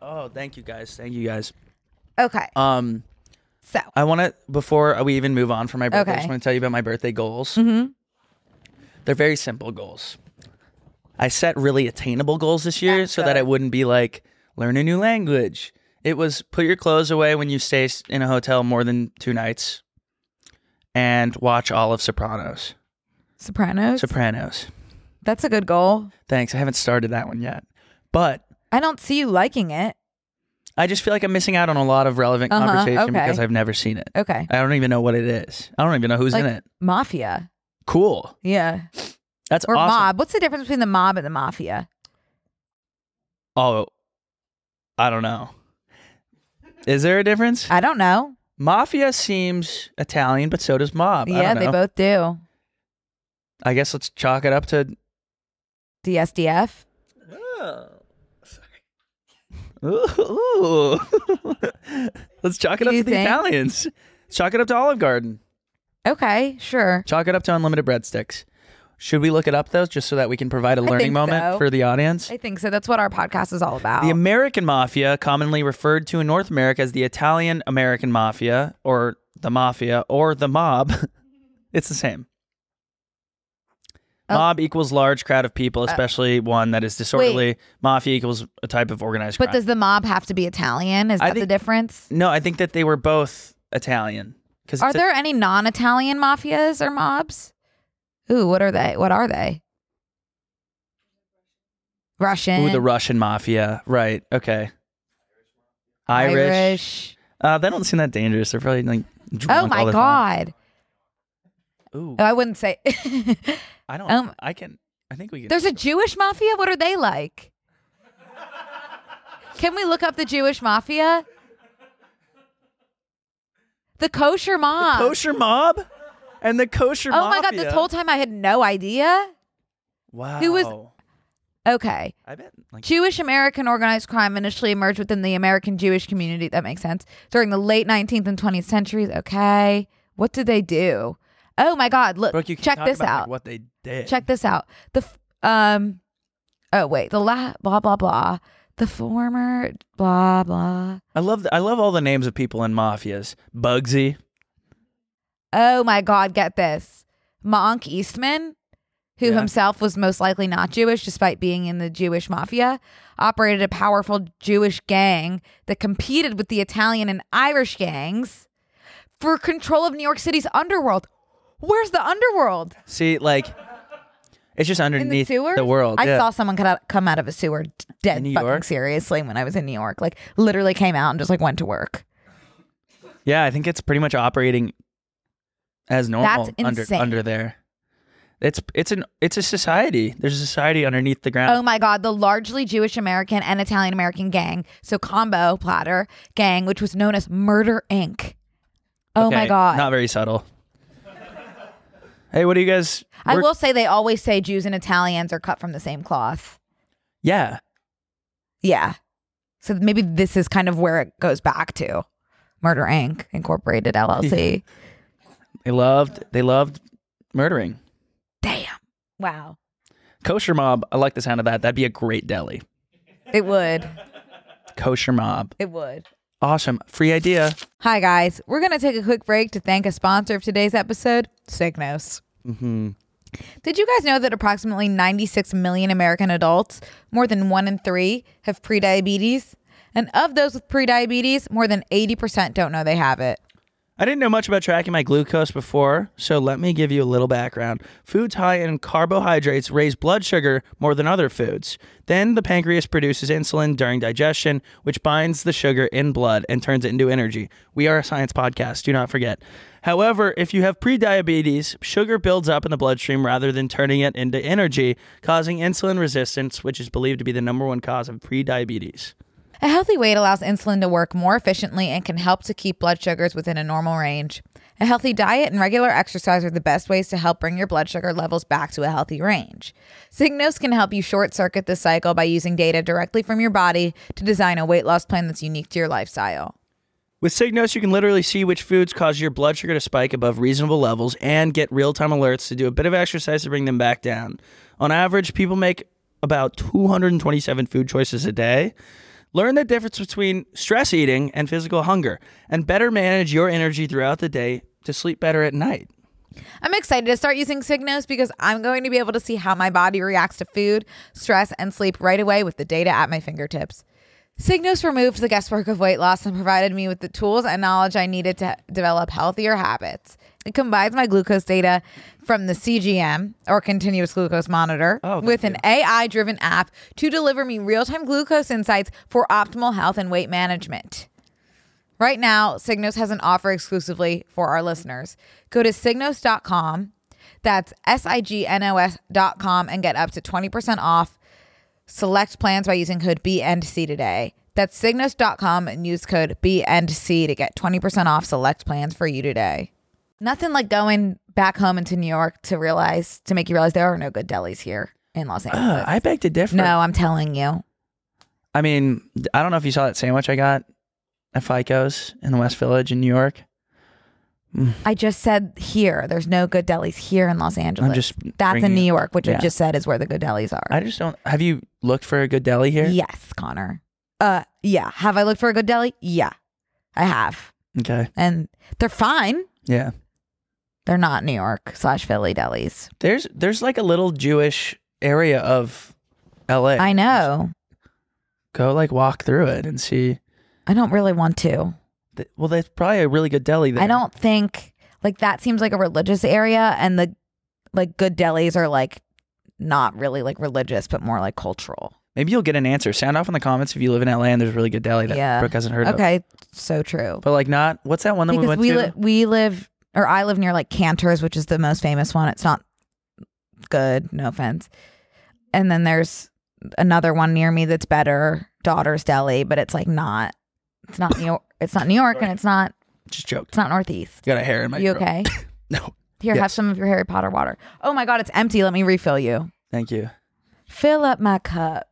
Oh, thank you guys. Thank you guys.
Okay.
Um,
So,
I want to before we even move on from my birthday. I
Okay.
just want to tell you about my birthday goals.
Mhm.
They're very simple goals. I set really attainable goals this year
That's
so that
good.
it wouldn't be like learn a new language. It was put your clothes away when you stay s- in a hotel more than two nights, and watch all of Sopranos.
Sopranos.
Sopranos.
That's a good goal.
Thanks. I haven't started that one yet, but
I don't see you liking it.
I just feel like I'm missing out on a lot of relevant
Uh-huh,
conversation
okay.
because I've never seen it.
Okay.
I don't even know what it is. I don't even know who's in
Like-
it.
Mafia.
Cool.
Yeah.
That's
Or
awesome.
mob. What's the difference between the mob and the mafia?
Oh, I don't know. Is there a difference?
I don't know.
Mafia seems Italian, but so does mob. I
yeah,
don't
they
know.
both do.
I guess let's chalk it up to.
DSDF.
Ooh. let's chalk it up
You
to the
think?
Italians. Chalk it up to Olive Garden.
Okay, sure.
Chalk it up to unlimited breadsticks. Should we look it up though, just so that we can provide a learning
think
moment
so.
for the audience?
I think so. That's what our podcast is all about.
The American Mafia, commonly referred to in North America as the Italian American Mafia or the Mafia or the mob, it's the same.
Oh. Uh,
Mob equals large crowd of people, especially one that is disorderly. Mafia equals a type of organized
but
crime.
does the mob have to be Italian? Is
I
that the
think-
difference?
no, I think that they were both Italian. Because
Are there any non-Italian mafias or mobs? Ooh, what are they? What are they? Russian.
ooh, the Russian Mafia, right? Okay, Irish.
Irish.
Uh, they don't seem that dangerous. They're probably like drunk
Oh
all
my
the time.
god.
Ooh,
Oh, I wouldn't say.
I don't.
um,
I can. I think we can.
There's a Jewish mafia. What are they like? Can we look up the Jewish mafia? The kosher mob.
kosher mob and the kosher
oh my god, this whole time I had no idea.
wow
who was- Okay.
i bet like
Jewish American organized crime initially emerged within the American Jewish community. That makes sense. During the late 19th and 20th centuries. Okay. What did they do? Oh my God. Look,
Brooke, you can
check
talk
this
about, like,
out.
what they did
check this out. The, f- um, oh wait, the la, blah, blah, blah. The former, blah, blah.
i love i love all the names of people in mafias bugsy
Oh my God, get this. Monk Eastman, who
Yeah.
himself was most likely not Jewish despite being in the Jewish mafia, operated a powerful Jewish gang that competed with the Italian and Irish gangs for control of New York City's underworld. Where's the underworld?
see like it's just
In the
underneath
sewer?
world
I
yeah.
saw someone cut out, come out of a sewer d- dead
In New
fucking
York?
seriously when I was in New York. Like literally came out and just like went to work.
yeah i think it's pretty much operating as normal
That's
under
insane.
under there it's it's an it's a society there's a society underneath the ground
Oh my God, the largely Jewish American and Italian American gang, so combo platter gang, which was known as Murder Inc. Oh my
Okay,
God.
not very subtle hey what do you guys
I
work-
will say they always say Jews and Italians are cut from the same cloth.
yeah
Yeah. So maybe this is kind of where it goes back to Murder Inc. Incorporated LLC.
They loved they loved murdering.
Damn. Wow.
Kosher mob, I like the sound of that. That'd be a great deli.
It would.
Kosher mob.
It would.
Awesome. Free idea.
Hi, guys. We're going to take a quick break to thank a sponsor of today's episode, Signos.
Mm-hmm.
Did you guys know that approximately 96 million American adults, more than one in three, have prediabetes? And of those with prediabetes, more than 80% don't know they have it.
I didn't know much about tracking my glucose before, so let me give you a little background. Foods high in carbohydrates raise blood sugar more than other foods. Then the pancreas produces insulin during digestion, which binds the sugar in blood and turns it into energy. We are a science podcast, do not forget. However, if you have prediabetes, sugar builds up in the bloodstream rather than turning it into energy, causing insulin resistance, which is believed to be the number one cause of prediabetes.
A healthy weight allows insulin to work more efficiently and can help to keep blood sugars within a normal range. A healthy diet and regular exercise are the best ways to help bring your blood sugar levels back to a healthy range. Signos can help you short circuit this cycle by using data directly from your body to design a weight loss plan that's unique to your lifestyle.
With Signos, you can literally see which foods cause your blood sugar to spike above reasonable levels and get real time alerts to do a bit of exercise to bring them back down. On average, people make about 227 food choices a day. Learn the difference between stress eating and physical hunger, and better manage your energy throughout the day to sleep better at night.
I'm excited to start using Signos because I'm going to be able to see how my body reacts to food, stress, and sleep right away with the data at my fingertips. Signos removed the guesswork of weight loss and provided me with the tools and knowledge I needed to develop healthier habits. It combines my glucose data from the CGM or continuous glucose monitor
Oh, thank
with an AI driven app to deliver me real time glucose insights for optimal health and weight management. Right now, Signos has an offer exclusively for our listeners. Go to signos.com, that's S I G N O S.com, and get up to 20% off select plans by using code B and C today. That's signos.com and use code B and C to get 20% off select plans for you today. Nothing like going back home into New York to realize, to make you realize there are no good delis here in Los Angeles.
I beg to differ.
no, I'm telling you.
I mean, I don't know if you saw that sandwich I got at FICO's in the West Village in New York.
I just said here, there's no good delis here in Los Angeles.
just
That's in
bringing
New
it-
York, which I
yeah.
just said is where the good delis are.
I just don't. Have you looked for a good deli here?
Yes, Connor. Uh, yeah. Have I looked for a good deli? Yeah, I have,
Okay.
and they're fine.
Yeah.
They're not New York slash Philly delis.
There's there's like a little Jewish area of L.A.
I know.
Go like walk through it and see.
I don't really want to.
Th- Well, that's probably a really good deli there.
I don't think like that seems like a religious area, and the like good delis are like not really like religious, but more like cultural.
Maybe you'll get an answer. Sound off in the comments if you live in L.A. and there's a really good deli that
Yeah.
Brooke hasn't heard of.
Okay, so true.
But like not. What's that one that we
because
went
we
to?
li- we live or I live near like Cantor's, which is the most famous one. It's not good, no offense. And then there's another one near me that's better, Daughter's Deli, but it's like not. It's not New York. It's not New York, and it's not.
Just joked.
It's not Northeast.
Got a hair in my
you
throat.
okay?
No.
Here, have
Yes.
some of your Harry Potter water. Oh my God, it's empty. Let me refill you.
Thank you.
Fill up my cup.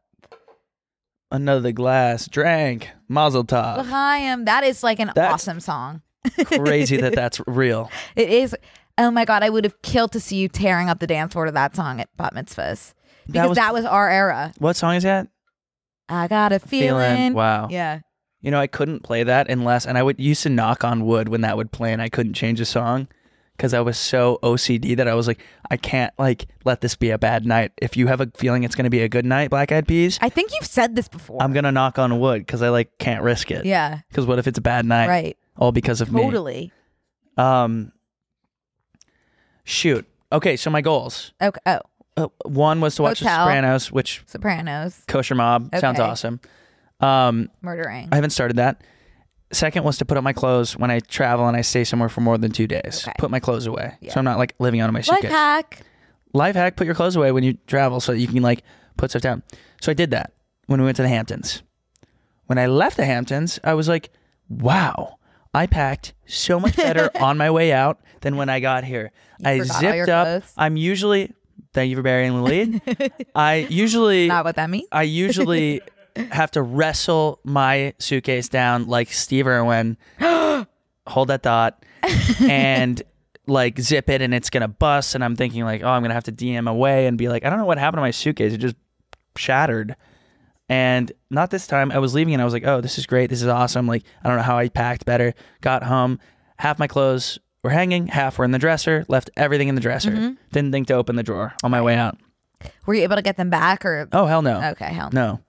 Another glass. Drank. Mazel tov.
L'chaim. That is like an
That's-
awesome song.
Crazy that that's real.
It is. Oh my God, I would have killed to see you tearing up the dance floor to that song at Bat Mitzvahs. Because that was,
was-
our era.
What song is that?
I got a feeling.
Wow.
Yeah.
You know, I couldn't play that unless, and I would used to knock on wood when that would play, and I couldn't change the song because I was so OCD that I was like, I can't like let this be a bad night. If you have a feeling it's going to be a good night, Black Eyed Peas,
I think you've said this before.
I'm gonna knock on wood because I like can't risk it.
yeah.
Because what if it's a bad night?
Right.
All because of me.
Totally.
Um. Shoot. Okay. So my goals.
Okay. Oh,
Uh, one was to watch
Hotel.
The Sopranos, which
Sopranos,
Kosher Mob sounds
Okay.
awesome. Um.
murdering.
I haven't started that. Second was to put up my clothes when I travel and I stay somewhere for more than two days.
Okay.
Put my clothes away.
Yeah.
So I'm not like living out of my
Life
suitcase.
hack.
Life hack, put your clothes away when you travel so that you can like put stuff down. So I did that when we went to the Hamptons. When I left the Hamptons, I was like, wow, I packed so much better on my way out than when I got here. I
forgot all your
zipped up.
clothes?
I'm usually, thank you for burying the lead. I usually,
Not what that means.
I usually have to wrestle my suitcase down like Steve Irwin. hold that thought and like zip it and it's gonna bust and I'm thinking like, oh, I'm gonna have to DM away and be like, I don't know what happened to my suitcase. It just shattered. And not this time. I was leaving and I was like, oh, this is great. This is awesome. Like, I don't know how I packed better. Got home. Half my clothes We're hanging, half were in the dresser, left everything in the dresser. Didn't think to open the drawer on my way out.
Were you able to get them back or?
Oh, hell no.
Okay, hell no.
No.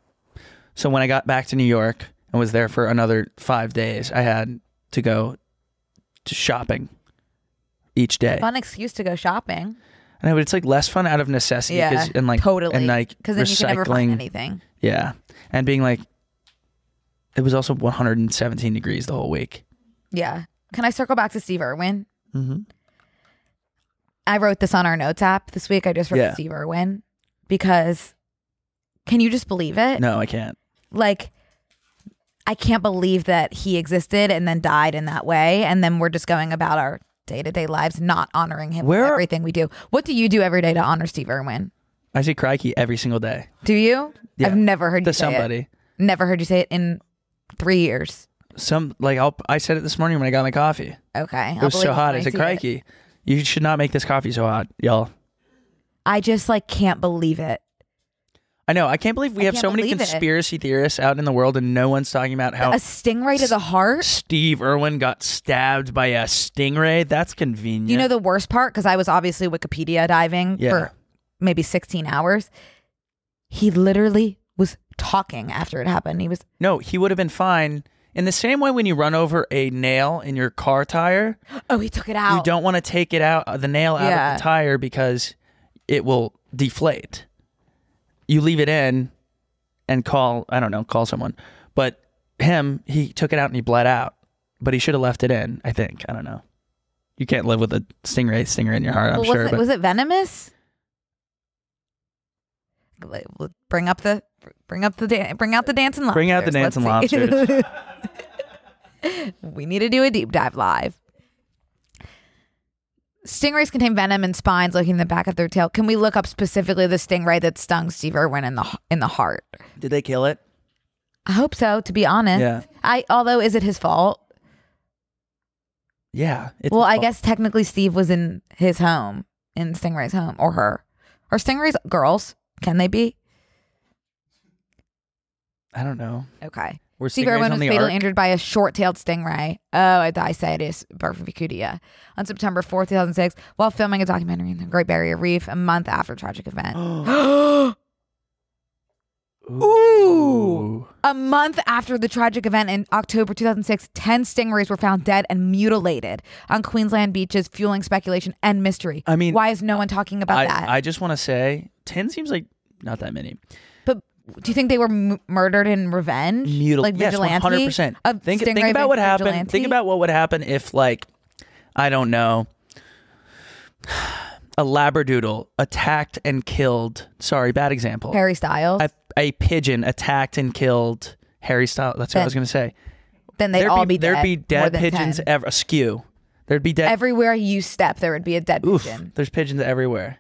So when I got back to New York and was there for another five days, I had to go to shopping each day.
Fun excuse to go shopping.
I know, but it's like less fun out of necessity.
Yeah,
'cause- and like
totally.
and like
because then
recycling.
you can never find anything.
Yeah, and being like, it was also 117 degrees the whole week.
Yeah. Can I circle back to Steve Irwin?
Mm-hmm.
I wrote this on our notes app this week. I just wrote
Yeah.
Steve Irwin because can you just believe it?
No, I can't.
Like, I can't believe that he existed and then died in that way. And then we're just going about our day to day lives, not honoring him
Where-
with everything we do. What do you do every day to honor Steve Irwin?
I say crikey every single day
Do you?
Yeah.
I've never heard
to
you say it.
somebody.
Never heard you say it in three years.
Some like I'll, I said it this morning when I got my coffee.
Okay.
It was so hot. I said crikey, you should not make this coffee so hot, y'all.
I just like can't believe it.
I know. I can't believe we
I
have
can't
so many
believe it.
conspiracy theorists out in the world, and no one's talking about how
A stingray to the heart.
Steve Irwin got stabbed by a stingray. That's convenient.
You know the worst part because I was obviously Wikipedia diving
Yeah.
for maybe 16 hours. He literally was talking after it happened. He was
no, he would have been fine. In the same way, when you run over a nail in your car tire,
oh he took it out.
you don't want to take it out uh, the nail out
Yeah.
of the tire because it will deflate. You leave it in and call I don't know, call someone. But him, he took it out and he bled out. But he should have left it in, I think. I don't know. You can't live with a stingray stinger in your heart, I'm
Well, was,
sure.
it,
but
was it venomous? Like, well, Bring up the bring up the dan- bring out the dancing lobsters.
Bring out the
Let's
dancing
see.
lobsters.
we need to do a deep dive live. Stingrays contain venom and spines looking in the back of their tail. Can we look up specifically the stingray that stung Steve Irwin in the in the heart?
Did they kill it?
I hope so, to be honest.
Yeah.
I although is it his fault?
Yeah. it's
well,
his
I
fault.
guess technically Steve was in his home, in Stingray's home, or her. Are Stingrays girls? Can they be?
I don't know.
Okay.
Were
Steve
stingrays
Irwin
on
was
the
fatally
ark?
injured by a short-tailed stingray. Oh, at the Isitis barbicutia on September 4th, 2006, while filming a documentary in the Great Barrier Reef a month after tragic event.
Ooh.
a month after the tragic event in October 2006, 10 stingrays were found dead and mutilated on Queensland beaches, fueling speculation and mystery.
I mean-
why is no one talking about
I,
that?
I just want to say 10 seems like not that many.
But do you think they were m- murdered in revenge?
mutil-
like
yes,
vigilante?
100%.
A
Think, think
stingray
about what happened.
vigilante?
Think about what would happen if, like, I don't know, a labradoodle attacked and killed. Sorry, bad example.
Harry Styles.
A, a pigeon attacked and killed Harry Styles. That's what I was going to say.
then they'd all be, dead.
there'd be
more
dead
than
pigeons
10.
ever askew. There'd be dead.
Everywhere you step, there would be a dead
oof,
pigeon.
there's pigeons everywhere.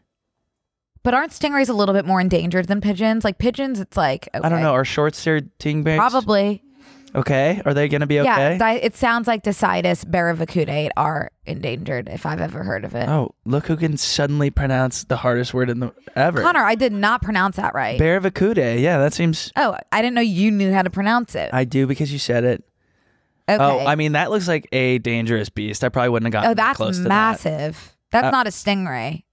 But aren't stingrays a little bit more endangered than pigeons? Like pigeons, it's like okay,
I don't know. Are shorts there ting based?
Probably,
Okay. Are they going to be okay?
yeah. di- it sounds like Decidus barravacudate are endangered. If I've ever heard of it,
oh, look who can suddenly pronounce the hardest word in the ever.
Connor, I did not pronounce that right.
Baravacude. Yeah, that seems.
oh, I didn't know you knew how to pronounce it.
I do because you said it.
okay.
Oh, I mean that looks like a dangerous beast. I probably wouldn't have gotten
oh, that's
close to that.
massive. That's
Uh,
not a stingray.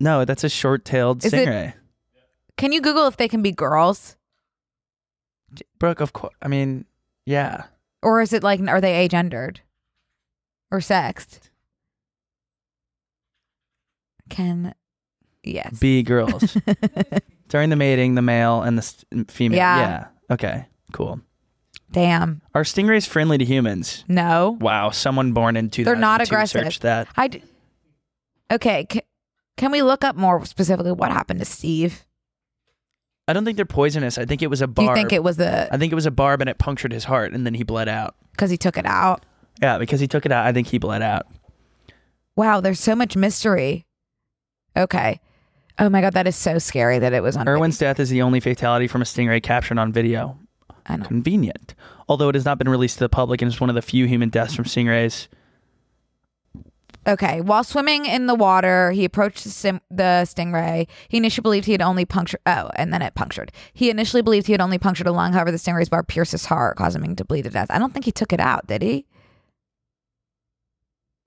No, that's a short-tailed
Is it-
stingray.
Can you Google if they can be girls,
Brooke, of course. I mean, yeah.
or is it like are they agendered or sexed? Can yes.
B girls during the mating, the male and the s- female.
Yeah.
yeah. Okay. Cool.
Damn.
Are stingrays friendly to humans?
No.
Wow. Someone born in 2002
They're not aggressive.
searched that.
I. D- okay. C- can we look up more specifically what happened to Steve?
I don't think they're poisonous. I think it was a
Do
barb.
you think it was the
I think it was a barb and it punctured his heart and then he bled out.
because he took it out?
Yeah, because he took it out. I think he bled out.
Wow. There's so much mystery. Okay. Oh my god, that is so scary that it was on.
Irwin's death is the only fatality from a stingray captured on video.
I know.
Convenient. Although it has not been released to the public and is one of the few human deaths from stingrays.
Okay. While swimming in the water, he approached the, stim- the stingray. He initially believed he had only punctured. Oh, and then it punctured. He initially believed he had only punctured a lung. However, the stingray's bar pierced his heart, causing him to bleed to death. I don't think he took it out, did he?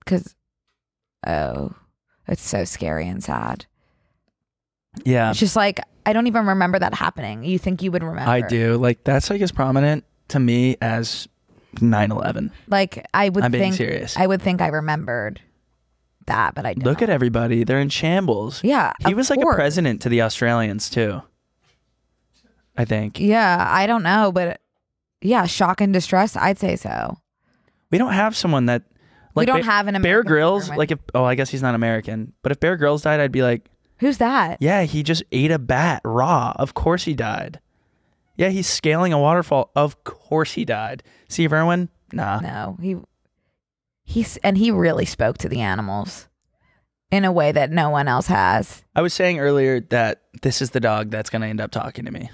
Because Oh, it's so scary and sad.
Yeah.
It's just like I don't even remember that happening. You think you would remember?
I do. Like that's like as prominent to me as 9/11.
Like I would
I'm being
think.
serious.
I would think I remembered that, but I didn't.
Look at everybody. They're in shambles.
yeah.
He
of
was like
course.
a president to the Australians too. I think.
Yeah, I don't know, but yeah, shock and distress. I'd say so.
We don't have someone that like
we don't
Ba-
have an
Bear
American
Grylls,
government.
like if oh, I guess he's not American, but if Bear Grylls died, I'd be like,
who's that?
yeah, he just ate a bat raw. Of course he died. Yeah, he's scaling a waterfall. Of course he died. Steve Irwin, nah.
No, he he's and he really spoke to the animals in a way that no one else has.
I was saying earlier that this is the dog that's gonna end up talking to me.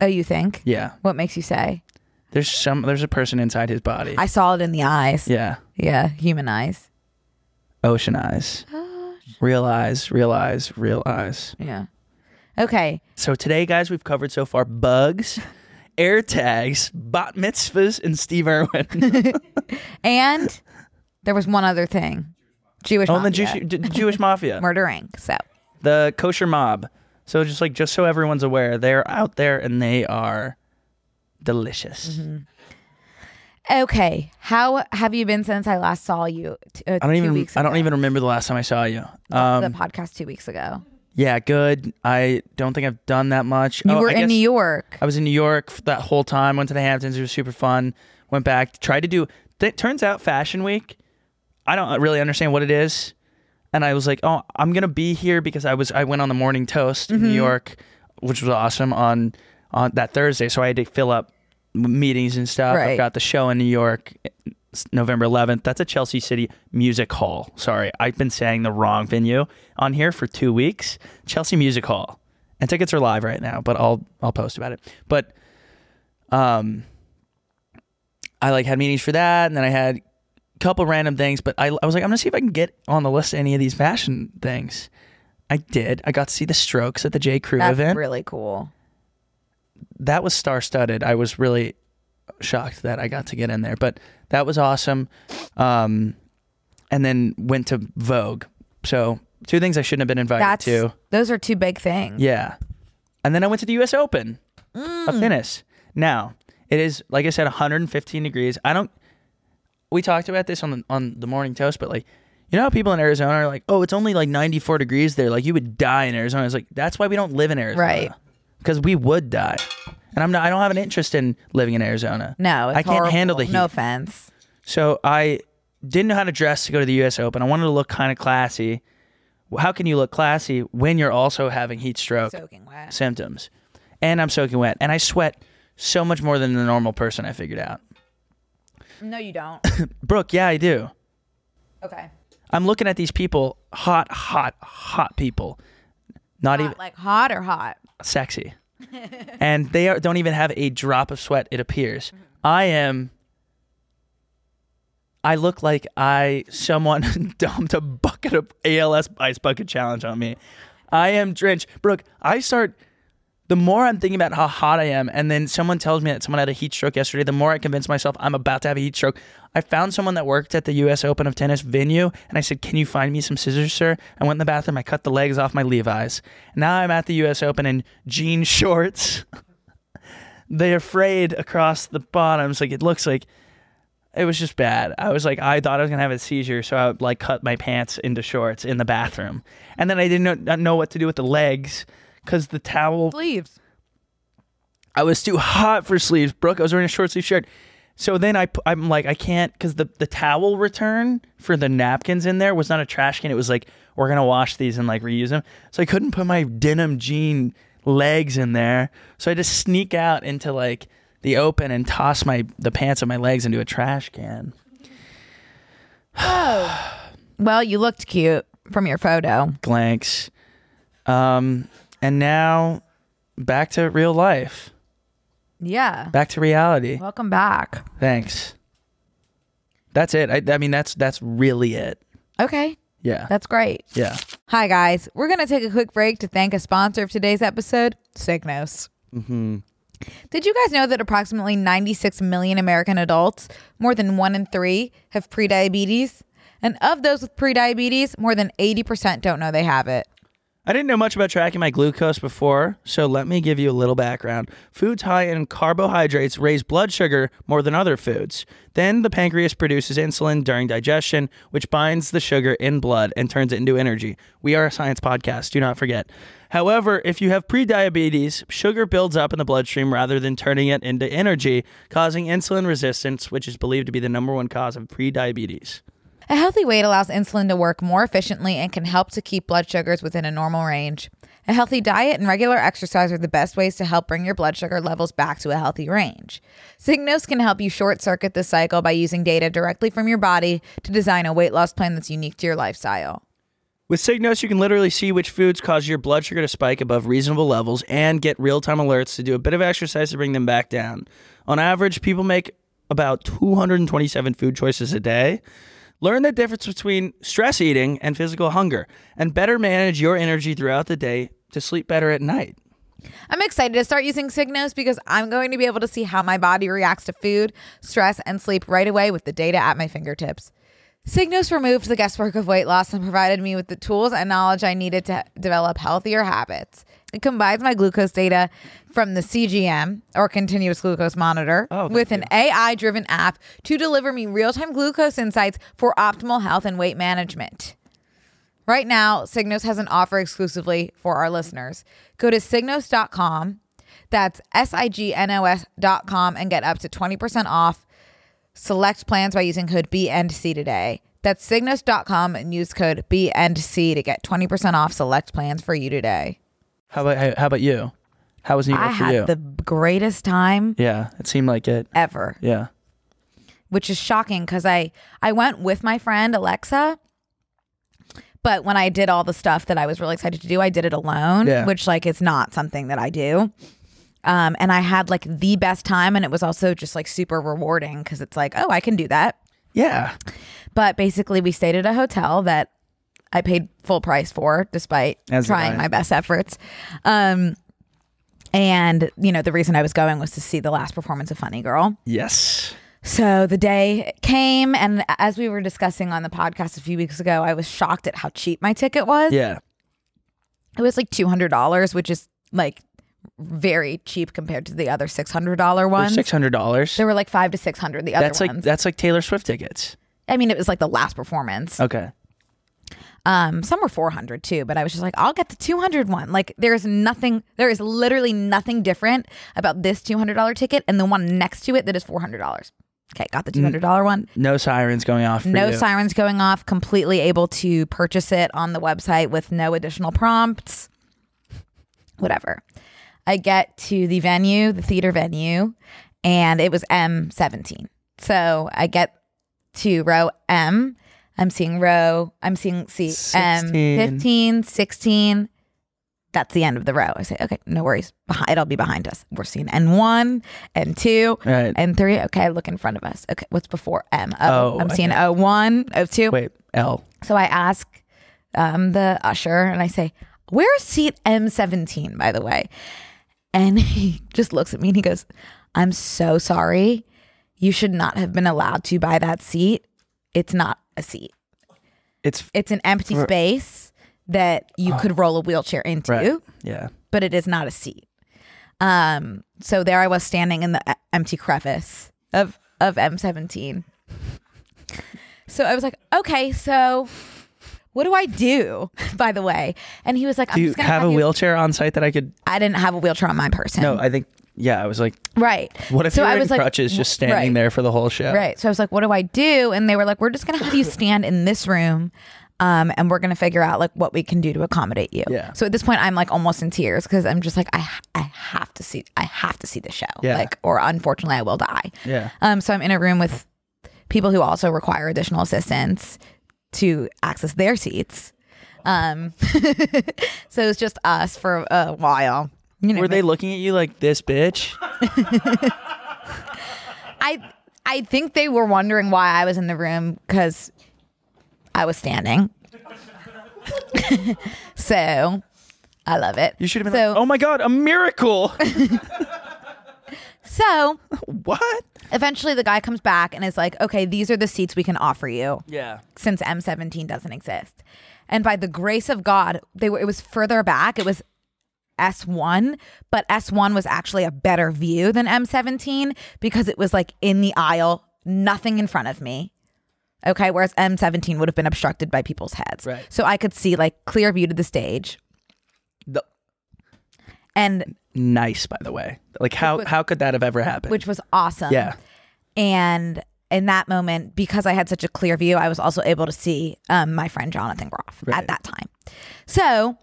Oh, you think?
Yeah,
What makes you say?
there's some. There's a person inside his body.
I saw it in the eyes.
yeah,
Yeah, human eyes.
ocean eyes. Real eyes, real eyes, real eyes.
Yeah. Okay.
So today, guys, we've covered so far bugs, air tags, bat mitzvahs, and Steve Irwin.
And there was one other thing. Jewish
Oh, and the
mafia.
Jewish, J- Jewish mafia,
murdering. So
the kosher mob. So just like just so everyone's aware, they're out there and they are delicious.
Mm-hmm. okay. How have you been since I last saw you? T- uh,
I don't
two
even
Weeks
I don't
ago?
even remember the last time I saw you. Um, oh,
the podcast two weeks ago.
yeah, good. I don't think I've done that much.
You
Oh,
were
I
in
guess
New York.
I was in New York f- that whole time. Went to the Hamptons. It was super fun. Went back. Tried to do. It turns out Fashion Week. I don't really understand what it is, and I was like, oh, I'm gonna be here because I was I went on the morning toast in New York, which was awesome on on that Thursday. So I had to fill up m- meetings and stuff.
Right.
I've got the show in New York. eh, s- November 11th. That's a Chelsea City Music Hall. Sorry, I've been saying the wrong venue on here for two weeks. Chelsea Music Hall, and tickets are live right now. But I'll I'll post about it. But um, I like had meetings for that, and then I had a couple random things. But I, I was like, I'm gonna see if I can get on the list of any of these fashion things. I did. I got to see the Strokes at the J Crew
That's
event.
really cool.
that was star studded. I was really shocked that I got to get in there, but that was awesome. Um, and then went to Vogue. So two things I shouldn't have been invited
That's
to.
those are two big things.
Yeah. And then I went to the US Open
Mm.
of tennis. Now, it is like I said 115 degrees. I don't we talked about this on the, on the morning toast, but like you know how people in Arizona are like, "Oh, it's only like 94 degrees there. Like you would die in Arizona." It's like that's why we don't live in Arizona.
Right.
Because we would die. And I'm not I don't have an interest in living in Arizona.
No, it's
I can't
horrible.
handle the heat.
No offense.
So I didn't know how to dress to go to the US Open. I wanted to look kind of classy. Well, How can you look classy when you're also having heat stroke?
Soaking wet.
symptoms. And I'm soaking wet. And I sweat so much more than the normal person I figured out.
No, you don't.
Brooke, yeah, I do.
Okay.
I'm looking at these people, hot, hot, hot people. Not even
Hot, like hot or hot?
sexy. and they are, don't even have a drop of sweat, it appears. I am. I look like I someone dumped a bucket of ALS ice bucket challenge on me. I am drenched. Brooke, I start the more I'm thinking about how hot I am, and then someone tells me that someone had a heat stroke yesterday, the more I convince myself I'm about to have a heat stroke. I found someone that worked at the US Open of Tennis venue, and I said, Can you find me some scissors, sir? I went in the bathroom, I cut the legs off my Levi's. Now I'm at the US Open in jean shorts. they are frayed across the bottoms. Like it looks like it was just bad. I was like, I thought I was gonna have a seizure, so I would like cut my pants into shorts in the bathroom, and then I didn't know, not know what to do with the legs because the towel
Sleeves.
I was too hot for sleeves, Brooke. I was wearing a short sleeve shirt. So then I, pu- I'm like, I can't, because the, the towel return for the napkins in there was not a trash can. It was like, we're going to wash these and like reuse them. So I couldn't put my denim jean legs in there. So I just sneak out into like the open and toss my, the pants of my legs into a trash can.
Well, you looked cute from your photo.
Glanks. Um, and now back to real life,
Yeah.
back to reality.
Welcome back.
Thanks. That's it. I, I mean, that's that's really it.
Okay.
Yeah.
That's great.
yeah.
Hi, guys. We're going to take a quick break to thank a sponsor of today's episode, Signos. Did you guys know that approximately 96 million American adults, more than one in three, have prediabetes? And of those with prediabetes, more than 80% don't know they have it.
I didn't know much about tracking my glucose before, so let me give you a little background. Foods high in carbohydrates raise blood sugar more than other foods. Then the pancreas produces insulin during digestion, which binds the sugar in blood and turns it into energy. We are a science podcast, do not forget. However, if you have prediabetes, sugar builds up in the bloodstream rather than turning it into energy, causing insulin resistance, which is believed to be the number one cause of prediabetes.
A healthy weight allows insulin to work more efficiently and can help to keep blood sugars within a normal range. A healthy diet and regular exercise are the best ways to help bring your blood sugar levels back to a healthy range. Signos can help you short circuit this cycle by using data directly from your body to design a weight loss plan that's unique to your lifestyle.
With Signos, you can literally see which foods cause your blood sugar to spike above reasonable levels and get real time alerts to do a bit of exercise to bring them back down. On average, people make about 227 food choices a day. Learn the difference between stress eating and physical hunger, and better manage your energy throughout the day to sleep better at night.
I'm excited to start using Signos because I'm going to be able to see how my body reacts to food, stress, and sleep right away with the data at my fingertips. Signos removed the guesswork of weight loss and provided me with the tools and knowledge I needed to develop healthier habits. It combines my glucose data from the CGM or continuous glucose monitor
Oh, thank
with an AI driven app to deliver me real time glucose insights for optimal health and weight management. Right now, Signos has an offer exclusively for our listeners. Go to signos.com, that's S I G N O S.com, and get up to 20% off select plans by using code B and C today. That's signos.com and use code B and C to get 20% off select plans for you today.
How about how about you? How was New York
I
for
had
you?
the greatest time
yeah, it seemed like it.
ever,
Yeah.
which is shocking because I, I went with my friend Alexa. But when I did all the stuff that I was really excited to do, I did it alone,
Yeah.
which like it's not something that I do. Um, and I had like the best time, and it was also just like super rewarding because it's like, oh, I can do that.
Yeah.
But basically, we stayed at a hotel that I paid full price for, despite
As did I.
trying my best efforts. Um, and you know, the reason I was going was to see the last performance of Funny Girl.
Yes.
So the day came, and as we were discussing on the podcast a few weeks ago, I was shocked at how cheap my ticket was.
Yeah.
It was like two hundred dollars, which is like very cheap compared to the other six hundred dollar ones.
Six hundred dollars.
There were like five to six hundred. The other
That's like
ones.
that's like Taylor Swift tickets.
I mean, it was like the last performance.
Okay.
Um, some were 400 too, but I was just like, I'll get the 200 one. Like, there is nothing, there is literally nothing different about this $200 ticket and the one next to it that is $400. Okay, got the
Mm.
$200 one.
No sirens going off. For
No
you.
sirens going off, completely able to purchase it on the website with no additional prompts. Whatever. I get to the venue, the theater venue, and it was M17. So I get to row M. I'm seeing row, I'm seeing C,
Sixteen.
M 15, 16. That's the end of the row. I say, okay, no worries. Behind, it'll be behind us. We're seeing N1, N2,
Right.
N3. Okay, look in front of us. Okay, what's before M?
Oh,
Oh, I'm seeing O one, O two.
Wait. L.
So I ask um, the usher and I say, Where's seat M17, by the way? And he just looks at me and he goes, I'm so sorry. You should not have been allowed to buy that seat. It's not a seat,
It's
it's an empty space that you could roll a wheelchair into
Oh. right. Yeah.
but it is not a seat. Um, so there I was standing in the e- empty crevice of of M17. So I was like, okay, so what do I do? By the way, and he was like, I'm
Do you
just gonna
have, a
you-
wheelchair on site that I could?
I didn't have a wheelchair on my person.
No, I think. Yeah, I was like,
right.
what if
so
you were
I
in
was like,
crutches, just
w-
standing
right.
there for the whole show?
Right. So I was like, what do I do? And they were like, we're just going to have you stand in this room. Um, and we're gonna figure out like what we can do to accommodate you.
Yeah.
So at this point, I'm like almost in tears because I'm just like I I have to see I have to see the show.
Yeah.
Like or unfortunately I will die.
Yeah.
Um. So I'm in a room with people who also require additional assistance to access their seats. Um. so it's just us for a while. You know,
Were they looking at you like this, bitch?
I I think they were wondering why I was in the room because I was standing. so I love it.
You should have been oh
so,
like, oh my god, a miracle.
So
What?
eventually the guy comes back and is like, okay, these are the seats we can offer you
Yeah.
since M17 doesn't exist. And by the grace of God, they were it was further back. It was S1, but S1 was actually a better view than M17 because it was like in the aisle, nothing in front of me. Okay, whereas M17 would have been obstructed by people's heads.
Right.
So I could see like clear view to the stage.
The-
And
nice, by the way. Like how how could that have ever happened?
which was awesome.
yeah.
And in that moment, because I had such a clear view, I was also able to see um, my friend Jonathan Groff
Right.
at that time. So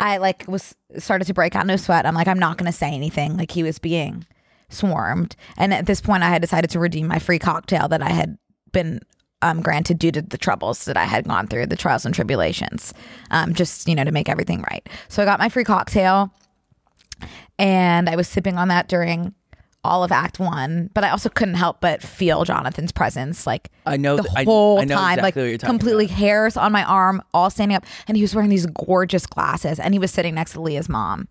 I like was started to break out no sweat. I'm like, I'm not going to say anything. Like he was being swarmed, and at this point, I had decided to redeem my free cocktail that I had been um, granted due to the troubles that I had gone through, the trials and tribulations, um, just you know to make everything right. So I got my free cocktail and I was sipping on that during all of Act One. But I also couldn't help but feel Jonathan's presence, like
I know
the
th- Oh, I-
whole
I know
time,
exactly
like
what you're talking
completely
about.
hairs on my arm, all standing up, and he was wearing these gorgeous glasses, and he was sitting next to Leah's mom,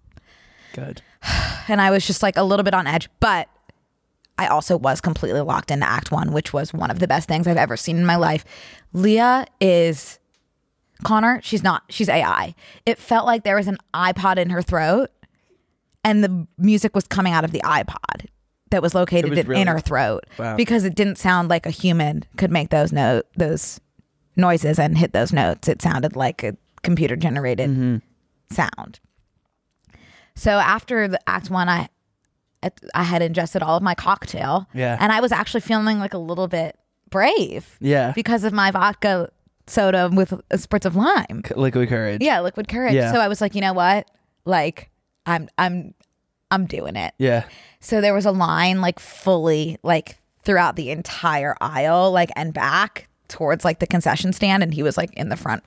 Good.
and I was just like a little bit on edge, but. I also was completely locked into Act One, which was one of the best things I've ever seen in my life. Leah is Connor, she's not, she's AI. It felt like there was an iPod in her throat and the music was coming out of the iPod that was located
was
in,
really-
in her throat
Wow.
because it didn't sound like a human could make those no those noises and hit those notes. It sounded like a computer generated sound. So after the act one, I at- I had ingested all of my cocktail,
Yeah.
and I was actually feeling like a little bit brave
Yeah.
because of my vodka soda with spritz of lime.
C- liquid courage.
Yeah, liquid courage.
Yeah.
So I was like, you know what? Like, I'm I'm I'm doing it.
Yeah.
So there was a line like fully like throughout the entire aisle, like and back towards like the concession stand, and he was like in the front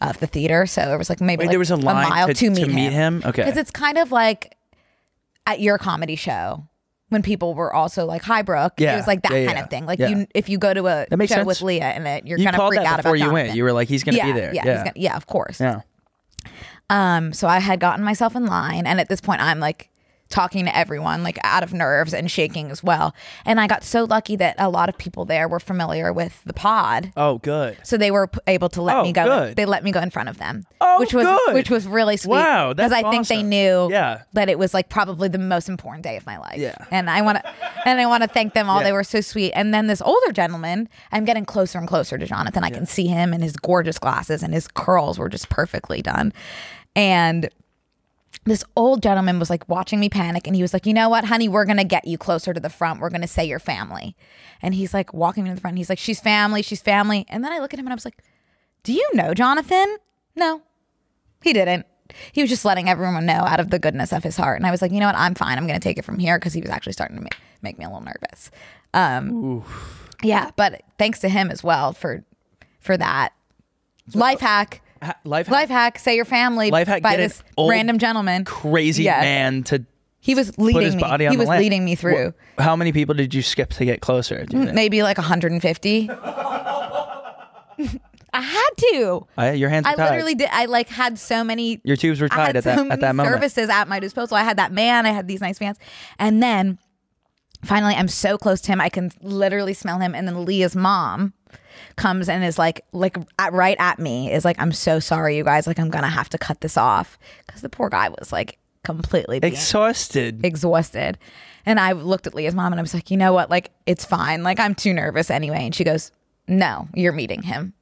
of the theater. So it was like maybe
Wait,
like,
there was a line
mile
to-
to, meet,
to meet him? Okay.
because it's kind of like at your comedy show. When people were also like, "Hi, Brooke,"
Yeah.
it was like that
Yeah, yeah,
kind of thing. Like
yeah.
you, if you go to a
That makes
show
sense.
with Leah in it, you're
You
gonna
called
freak
that
out
before
about
you went.
Jonathan.
You were like, he's gonna
yeah,
be there.
Yeah,
Yeah.
he's gonna- yeah, of course.
yeah.
Um, so I had gotten myself in line, and at this point, I'm like talking to everyone, like out of nerves and shaking as well. And I got so lucky that a lot of people there were familiar with the pod,
Oh, good.
so they were p- able to let
Oh,
me go.
good.
They let me go in front of them,
Oh,
which was
good.
which was really sweet.
Wow, that's
I think they
awesome.
knew
Yeah.
that it was like probably the most important day of my life.
Yeah.
and I want to and I want to thank them all.
Yeah.
They were so sweet. And then this older gentleman, I'm getting closer and closer to Jonathan. I can see him and his gorgeous glasses and his curls were just perfectly done. And this old gentleman was like watching me panic and he was like, You know what, honey, we're gonna get you closer to the front. We're gonna say you're family. And he's like walking me to the front. He's like, She's family, she's family. And then I look at him and I was like, Do you know Jonathan? No, he didn't. He was just letting everyone know out of the goodness of his heart. And I was like, You know what, I'm fine. I'm gonna take it from here because he was actually starting to make, make me a little nervous. Um, yeah, but thanks to him as well for for that. Life hack.
Ha- life,
Life hack, say your family
Life hack,
by
get an
this
old
random gentleman.
crazy
Yeah.
man to
He was
put his
leading me.
body on
He
the
was
lamp.
leading me through. Mm.
Wh- How many people did you skip to get closer? Do you think?
Maybe like 150. I had to.
I- your hands are
I
tied.
literally did. I like had so many.
Your tubes were
I
tied
had
at that-
so
at
many
that moment.
Services at my disposal. I had that man. I had these nice fans, and then finally, I'm so close to him, I can literally smell him. And then Leah's mom comes and is like, like at, right at me, is like, "I'm so sorry, you guys. Like, I'm gonna have to cut this off because the poor guy was like completely being
exhausted.
exhausted. And I looked at Leah's mom and I was like, you know what? Like, it's fine. Like, I'm too nervous anyway. And she goes, no, you're meeting him.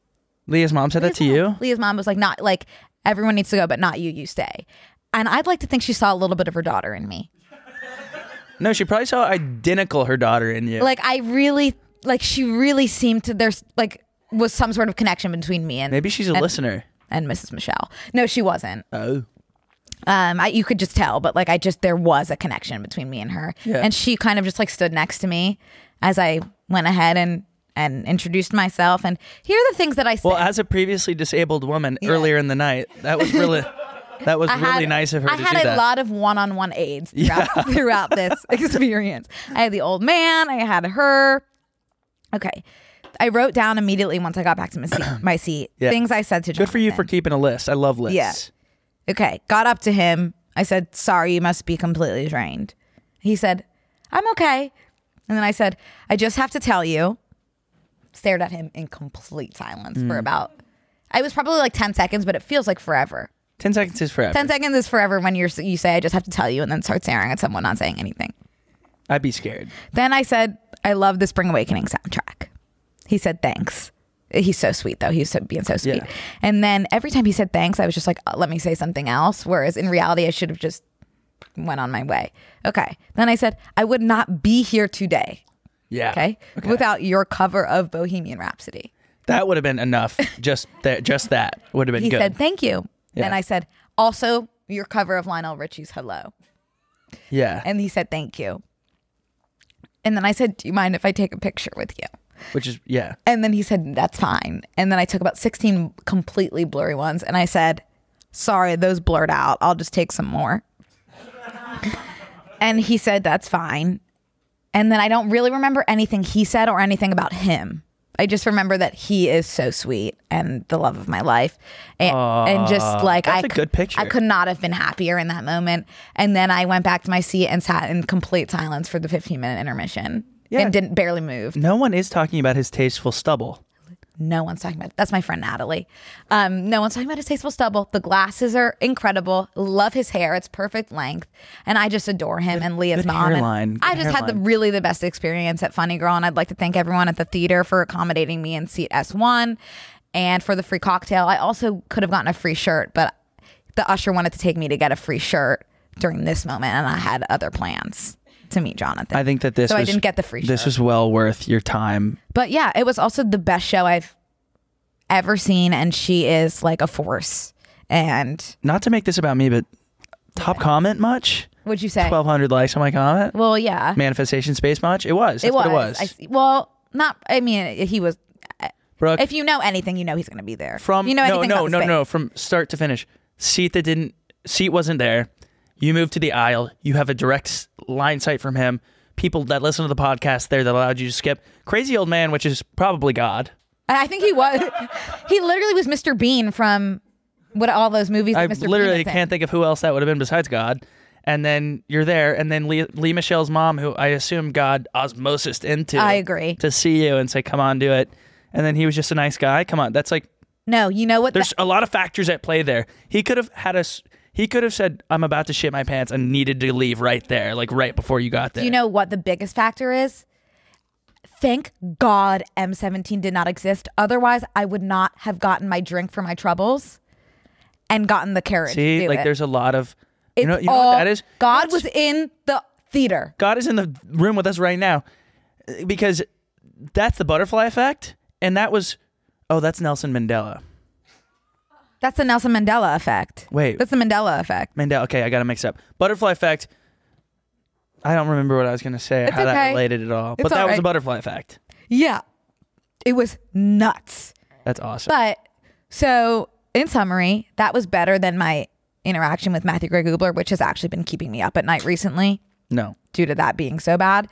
Leah's mom said that to you.
Leah's mom was like, not like everyone needs to go, but not you. You stay. And I'd like to think she saw a little bit of her daughter in me.
No, she probably saw identical her daughter in you.
Like, I really, like, she really seemed to, there's like, was some sort of connection between me and
Maybe she's a
and-
listener.
and Mrs. Michelle. No, she wasn't.
Oh,
um I, you could just tell but like i just there was a connection between me and her
Yeah.
and she kind of just like stood next to me as i went ahead and and introduced myself and here are the things that i said
well, as a previously disabled woman earlier in the night, that was really, that was
I had-
really nice of her
I
to
had
do
a
that.
lot of one-on-one aids throughout, throughout this experience. I had the old man. I had her. Okay, I wrote down immediately once I got back to my seat. My seat
Yeah.
Things I said to
Good for you
Jonathan.
for keeping a list. I love lists.
Yeah. Okay, got up to him. I said, Sorry, you must be completely drained. He said, I'm okay. And then I said, I just have to tell you. Stared at him in complete silence
Mm.
for about, I was probably like 10 seconds, but it feels like forever.
10 seconds is forever.
10 seconds is forever when you're, you say, I just have to tell you, and then start staring at someone, not saying anything.
I'd be scared.
Then I said, I love the Spring Awakening soundtrack. He said, thanks. He's so sweet, though. He's so being so sweet.
Yeah.
And then every time he said thanks, I was just like, "Uh, let me say something else. Whereas in reality, I should have just went on my way. Okay. Then I said, I would not be here today.
Yeah.
Okay. Without your cover of Bohemian Rhapsody.
That would have been enough. Just that. Just that would have been
He
good.
said, thank you.
Yeah.
And I said, also your cover of Lionel Richie's Hello.
yeah.
And he said, thank you. And then I said, do you mind if I take a picture with you?
Which is yeah.
And then he said, That's fine. And then I took about 16 completely blurry ones and I said, Sorry, those blurred out. I'll just take some more. and he said, That's fine. And then I don't really remember anything he said or anything about him. I just remember that he is so sweet and the love of my life. And, and just like, I
that's a
c-
good picture.
I could not have been happier in that moment. And then I went back to my seat and sat in complete silence for the 15 minute intermission
Yeah.
and didn't barely move.
No one is talking about his tasteful stubble.
No one's talking about it. That's my friend Natalie. Um, no one's talking about his tasteful stubble. The glasses are incredible. Love his hair. It's perfect length. And I just adore him and Leah's
good
mom.
hairline,
And
good
I just had the
hairline.
really the best experience at Funny Girl. And I'd like to thank everyone at the theater for accommodating me in seat S1 and for the free cocktail. I also could have gotten a free shirt, but the usher wanted to take me to get a free shirt during this moment. And I had other plans to meet Jonathan.
I think that this.
So I
was-
didn't get the free
This
shirt.
was well worth your time.
But yeah, it was also the best show I've ever seen, and she is like a force. And
Not to make this about me, but top comment much.
would you say?
Twelve hundred likes on my comment.
Well, yeah,
Manifestation space much. It was. That's
it was.
What it was.
I see- well, not. I mean, he was.
Brooke,
If you know anything, you know he's going to be there.
from
you know
no
anything
no
about
no
space.
no from start to finish seat that didn't seat wasn't there you move to the aisle you have a direct s- line sight from him people that listen to the podcast there that allowed you to skip crazy old man which is probably god
And I think he was. he literally was Mr. Bean from what all those movies. That
i
Mr.
literally
Bean is in.
can't think of who else that would have been besides god and then you're there and then lee, lee michelle's mom who i assume god osmosis into
I agree.
to see you and say come on do it and then he was just a nice guy come on that's like
No, you know what?
There's a lot of factors at play there. He could have had us. He could have said, "I'm about to shit my pants," and needed to leave right there, like right before you got there.
Do you know what the biggest factor is? Thank God M17 did not exist. Otherwise, I would not have gotten my drink for my troubles and gotten the carriage. to
see,
do
like
it.
there's a lot of.
It's
you know, you know
all-
what that is?
God
That's-
was in the theater.
God is in the room with us right now, uh, because that's the butterfly effect, and that was, oh, that's Nelson Mandela.
That's the Nelson Mandela effect.
Wait.
That's the Mandela effect.
Mandela. Okay, I got to mix up. Butterfly effect. I don't remember what I was gonna say, how that
okay.
related at all, but
It's
that
all
was a
right.
butterfly effect.
Yeah. It was nuts.
That's awesome.
But so, in summary, that was better than my interaction with Matthew Gray Gubler, which has actually been keeping me up at night recently.
no,
due to that being so bad.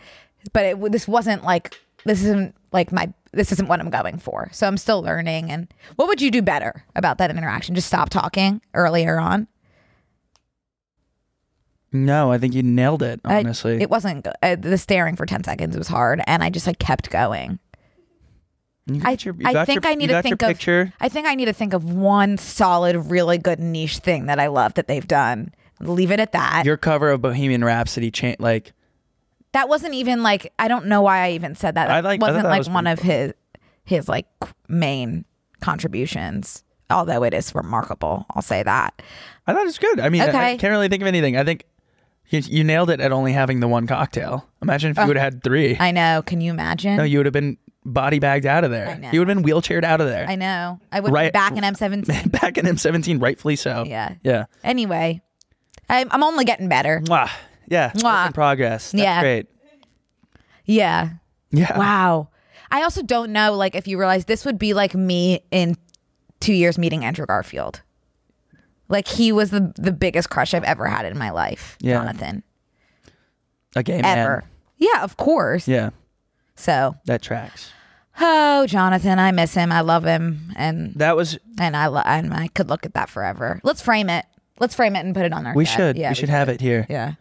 But it, w- this wasn't like this isn't like my this isn't what I'm going for. So I'm still learning. And what would you do better about that interaction? Just stop talking earlier on.
no, I think you nailed it.
I-
Honestly,
it wasn't go- uh, the staring for ten seconds was hard, and I just like kept going.
You
I,
got your- you
I
got
think
your-
I
you
need to
got your
think of
picture.
I think I need to think of one solid, really good niche thing that I love that they've done. Leave it at that.
your cover of Bohemian Rhapsody. Cha- like
that wasn't even like I don't know why I even said that.
I
That
like- I thought
wasn't
that
like
was
one of his his like main contributions. Although it is remarkable, I'll say that.
I thought it was good. I mean, I- I,
Okay.
can't really think of anything. I think you, you nailed it at only having the one cocktail. Imagine if you would have had three.
Oh. I know. Can you imagine?
no, you would have been body bagged out of there.
know.
You would have been wheelchaired out of there.
I know. I would
Right-
be back in M seventeen.
Back in M17, rightfully so.
Yeah.
Yeah.
Anyway, I'm, I'm only getting better.
Mwah. Yeah. work
Mwah.
in progress. That's
Yeah.
Great.
Yeah.
Yeah.
Wow. I also don't know. Like, if you realize this would be like me in two years meeting Andrew Garfield. Like he was the the biggest crush I've ever had in my life.
Yeah.
Jonathan.
A gay man.
ever. Yeah, of course.
Yeah.
So,
That tracks.
oh, Jonathan, I miss him. I love him, and
That was.
and I lo- and I could look at that forever. Let's frame it. Let's frame it and put it on our.
We
set.
should.
Yeah,
we should have it here.
Yeah.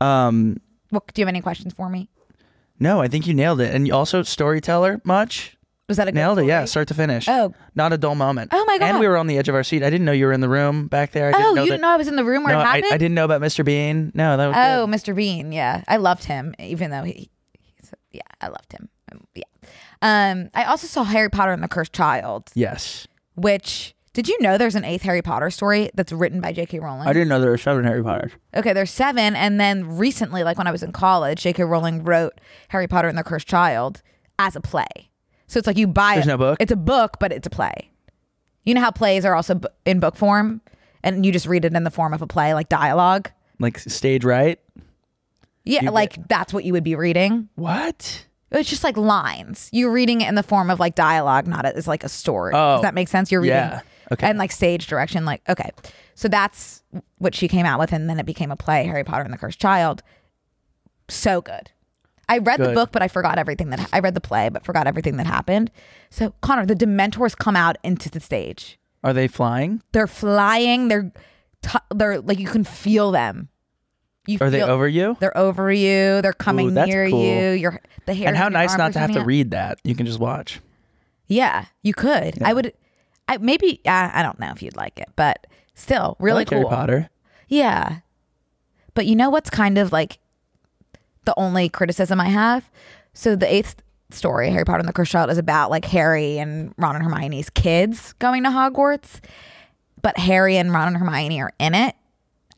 Um,
What, do you have any questions for me?
No, I think you nailed it. And you also storyteller much.
Was that a good
Nailed it, yeah,
story?
start to finish.
Oh.
Not a dull moment.
Oh my
And
God.
we were on the edge of our seat. I didn't know you were in the room back there. I didn't
Oh,
know
you
that-
didn't know I was in the room where
no,
it
I,
happened.
I didn't know about Mr. Bean. No, that was
Oh,
good.
Mr. Bean. Yeah, I loved him, even though he, he's, yeah, I loved him. Um, Yeah. Um, I also saw Harry Potter and the Cursed Child,
Yes.
which did you know there's an eighth Harry Potter story that's written by J.K. Rowling?
didn't know there were seven Harry Potters.
Okay, there's seven, and then recently, like when I was in college, J.K. Rowling wrote Harry Potter and the Cursed Child as a play. So it's like you buy
There's
it.
no book?
It's a book, but it's a play. You know how plays are also bu- in book form, and you just read it in the form of a play, like dialogue.
Like stage right?
Yeah,
You get-
like that's what you would be reading.
What?
It's just like lines. You're reading it in the form of like dialogue, not as like a story.
Oh.
Does that make sense? You're reading
Yeah. Okay.
and like stage direction. Like okay, so that's what she came out with, and then it became a play, Harry Potter and the Cursed Child. So good. I read the
Good.
book, but I forgot everything that I read the play, but forgot everything that happened. So Connor, the Dementors come out into the stage.
Are they flying?
They're flying. They're t- they're like you can feel them. You
Are they
feel-
over you?
They're over you. They're coming
that's
near
cool.
you. Your the hair
And how
in your
nice
arm
not to
is
have to
coming out.
read that. You can just watch.
Yeah, you could. I would. I maybe. I, I don't know if you'd like it, but still, really
I like
cool.
Harry Potter.
Yeah, but you know what's kind of like the only criticism I have. So the eighth story, Harry Potter and the Cursed Child, is about like Harry and Ron and Hermione's kids going to Hogwarts, but Harry and Ron and Hermione are in it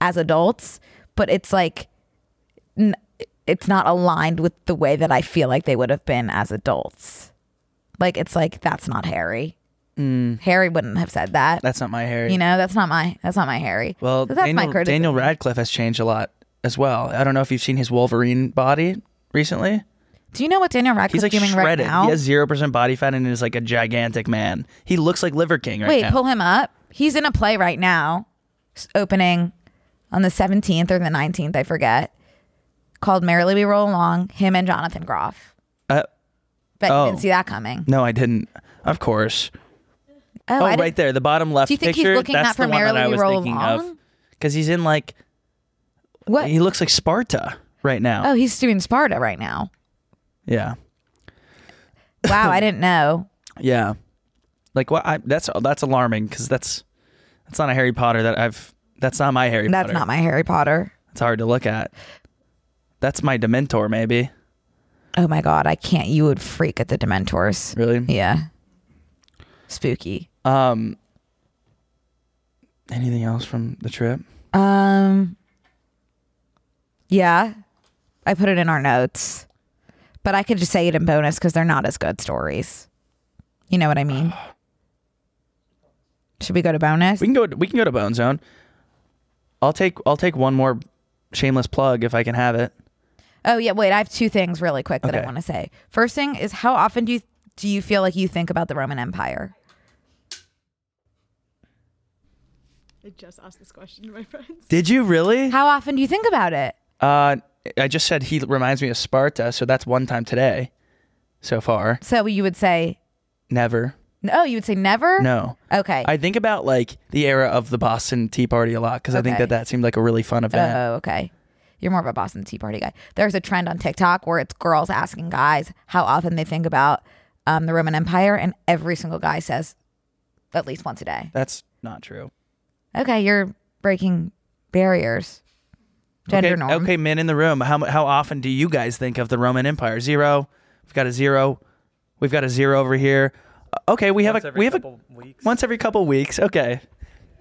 as adults, but it's like. N- it's not aligned with the way that I feel like they would have been as adults. Like it's like that's not Harry. Harry wouldn't have said that.
Mm. That's not my Harry.
You know, that's not my that's not my Harry.
well,
So that's
Daniel,
my criticism.
Daniel Radcliffe has changed a lot as well. I don't know if you've seen his Wolverine body recently.
Do you know what Daniel Radcliffe
He's like
doing right
shredded.
now?
he has zero percent body fat and is like a gigantic man. He looks like Liver King right
Wait,
now.
pull him up. He's in a play right now, s- opening on the seventeenth or the nineteenth, I forget. Called Merrily We Roll Along. Him and Jonathan Groff.
Uh,
Bet you
oh.
didn't see that coming.
no, I didn't. Of course.
Oh,
Oh,
I didn't-
right there, the bottom left
Do you think he's
picture.
looking
that's
at
the one that
primarily
I
we
was
roll
thinking of.
along?
Because he's in like
What?
he looks like Sparta right now.
oh, he's doing Sparta right now.
Yeah,
Wow, I didn't know.
yeah. Like what? I, that's that's alarming because that's that's not a Harry Potter that I've. That's not my Harry
That's
Potter.
not my Harry Potter.
It's hard to look at. That's my Dementor, maybe.
Oh my god, I can't. You would freak at the Dementors.
Really?
Yeah. Spooky.
Um. Anything else from the trip?
Um Yeah. I put it in our notes. But I could just say it in bonus cuz they're not as good stories. You know what I mean? Should we go to bonus?
We can go. We can go to Bone Zone. I'll take. I'll take one more shameless plug if I can have it.
Oh yeah, wait, I have two things really quick that I
Okay.
want to say. First thing is how often do you do you feel like you think about the Roman Empire?
I just asked this question to my friends.
Did you really?
How often do you think about it?
Uh, I just said he reminds me of Sparta, so that's one time today, so far.
So you would say
Never.
no, you would say never?
No.
Okay.
I think about like the era of the Boston Tea Party a lot because I think
Okay.
that that seemed like a really fun event.
Oh, okay. You're more of a Boston Tea Party guy. There's a trend on TikTok where it's girls asking guys how often they think about um, the Roman Empire, and every single guy says at least once a day.
that's not true.
Okay, you're breaking barriers, gender
okay,
norm.
okay, men in the room, how mu- how often do you guys think of the Roman Empire? Zero. We've got a zero. We've got a zero over here. Uh, Okay, we have a we have a
weeks.
once every couple weeks. Okay.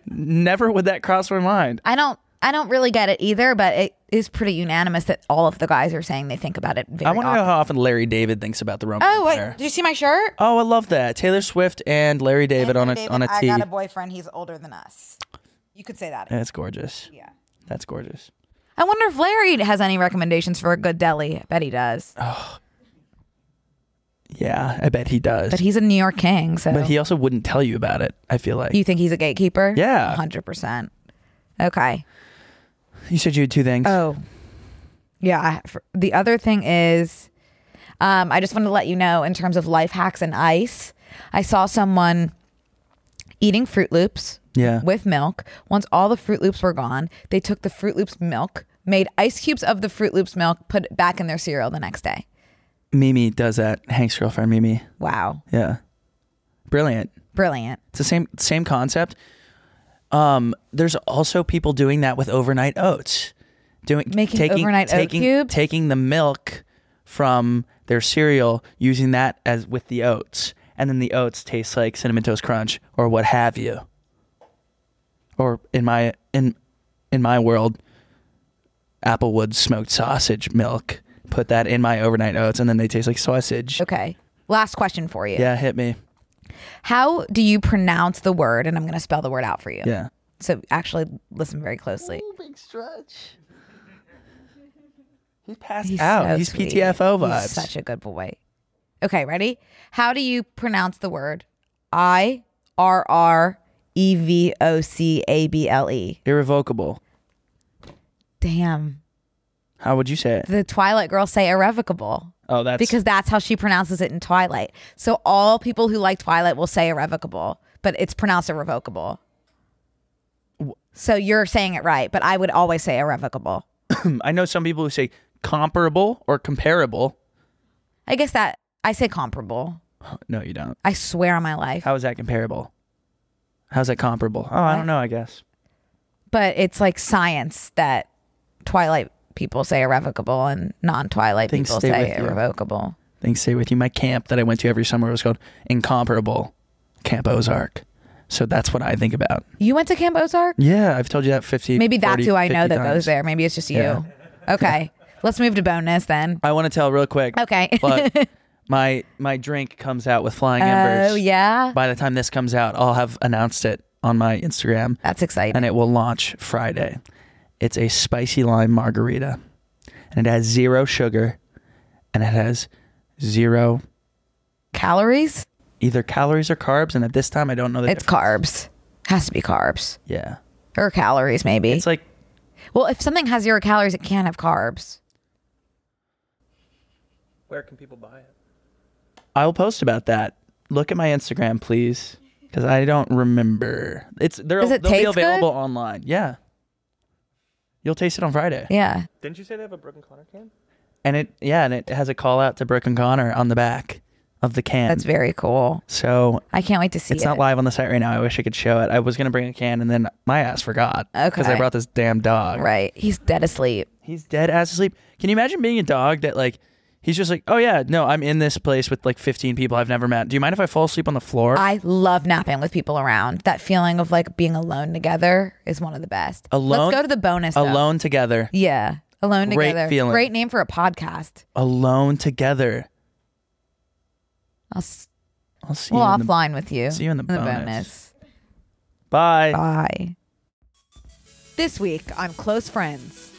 Never would that cross my mind.
I don't. I don't really get it either, but it is pretty unanimous that all of the guys are saying they think about it. Very
I want to know
often.
how often Larry David thinks about the Roman
Oh,
Empire.
wait, do you see my shirt?
Oh, I love that. Taylor Swift and Larry David on a on a tee.
boyfriend. He's older than us. You could say that.
That's gorgeous.
Yeah.
That's gorgeous.
I wonder if Larry has any recommendations for a good deli. I bet he does.
Oh, Yeah, I bet he does.
But he's a New York king, so
But he also wouldn't tell you about it. I feel like
you think he's a gatekeeper?
Yeah.
hundred percent. Okay.
you said you had two things.
Oh, yeah. I- for- the other thing is, um, I just want to let you know in terms of life hacks and ice. I saw someone eating Fruit Loops
yeah.
with milk. Once all the Fruit Loops were gone, they took the Fruit Loops milk, made ice cubes of the Fruit Loops milk, put it back in their cereal the next day.
Mimi does that. Hank's girlfriend, Mimi.
Wow.
Yeah. Brilliant.
Brilliant.
It's the same same concept. Um, there's also people doing that with overnight oats, doing
Making
taking,
overnight oat
taking,
cubes?
taking the milk from their cereal, using that as with the oats, and then the oats taste like cinnamon toast crunch or what have you. Or in my in in my world, applewood smoked sausage milk. Put that in my overnight oats, and then they taste like sausage.
Okay. Last question for you.
Yeah, hit me.
How do you pronounce the word? And I'm going to spell the word out for you.
Yeah.
So actually listen very closely.
big stretch. He's passed
He's
out.
so
He's
sweet.
PTFO vibes.
He's such a good boy. Okay, ready? How do you pronounce the word I R R E V O C A B L E?
Irrevocable.
Damn.
How would you say it?
The Twilight girls say irrevocable
Oh, that's
because that's how she pronounces it in Twilight. So all people who like Twilight will say irrevocable, but it's pronounced irrevocable. So you're saying it right, but I would always say irrevocable.
I know some people who say comparable or comparable. Uh,
I guess that I say comparable.
No, you don't.
I swear on my life.
How is that comparable? How's that comparable? Oh, I don't know. I guess.
but it's like science that Twilight people say irrevocable and non-Twilight
Things
people
stay
say
with you.
irrevocable.
Things stay with you. My camp that I went to every summer was called Incomparable Camp Ozark. So that's what I think about.
You. went to Camp Ozark?
Yeah, I've told you that 50
Maybe that's
40,
who I know
50
that goes
times.
there. Maybe it's just you.
Yeah.
Okay, let's move to bonus then.
I want to tell real quick.
Okay.
but my my drink comes out with flying embers.
Oh yeah,
By the time this comes out, I'll have announced it on my Instagram
that's exciting.
and it will launch Friday. It's a spicy lime margarita and it has zero sugar and it has zero
Calories?
either calories or carbs. And at this time, I don't know the
It's
difference.
carbs. Has to be carbs
Yeah.
or calories maybe.
It's like,
well, if something has zero calories, it can't have carbs.
where can people buy it? I will post about that. Look at my Instagram, please. Because I don't remember. It's they're,
Does it
they'll be
taste good?
available online. Yeah, you'll taste it on Friday.
Yeah.
Didn't you say they have a Brooke and Connor can?
And it yeah, and it has a call out to Brooke and Connor on the back of the can.
That's very cool.
so
I can't wait to see
it's
it.
not live on the site right now. I wish I could show it. I was gonna bring a can and then my ass forgot. Because I
Okay.
brought this damn dog.
right. He's dead asleep.
He's dead ass asleep. Can you imagine being a dog that like he's just like, Oh yeah, no, I'm in this place with like fifteen people I've never met. Do you mind if I fall asleep on the floor?
I love napping with people around. That feeling of like being alone together is one of the best.
Alone-
Let's go to the bonus. though.
alone together.
Yeah. Alone
Great
together.
feeling.
Great name for a podcast.
Alone together.
I'll s-
I'll see
we'll
you. in the-
offline with you.
see you in the
bonus.
bonus. Bye.
Bye. This week on Close Friends.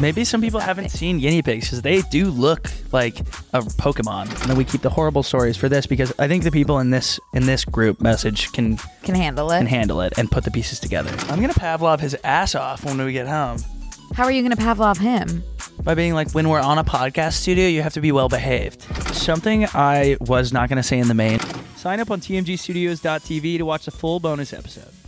Maybe some people haven't seen guinea pigs because they do look like a Pokemon. And then we keep the horrible stories for this because I think the people in this in this group message can
Can handle it.
can handle it and put the pieces together. I'm gonna Pavlov his ass off when we get home
How are you going to Pavlov him?
by being like, when we're on a podcast studio, you have to be well behaved. Something I was not gonna say in the main. Sign up on TMGstudios.tv to watch the full bonus episode.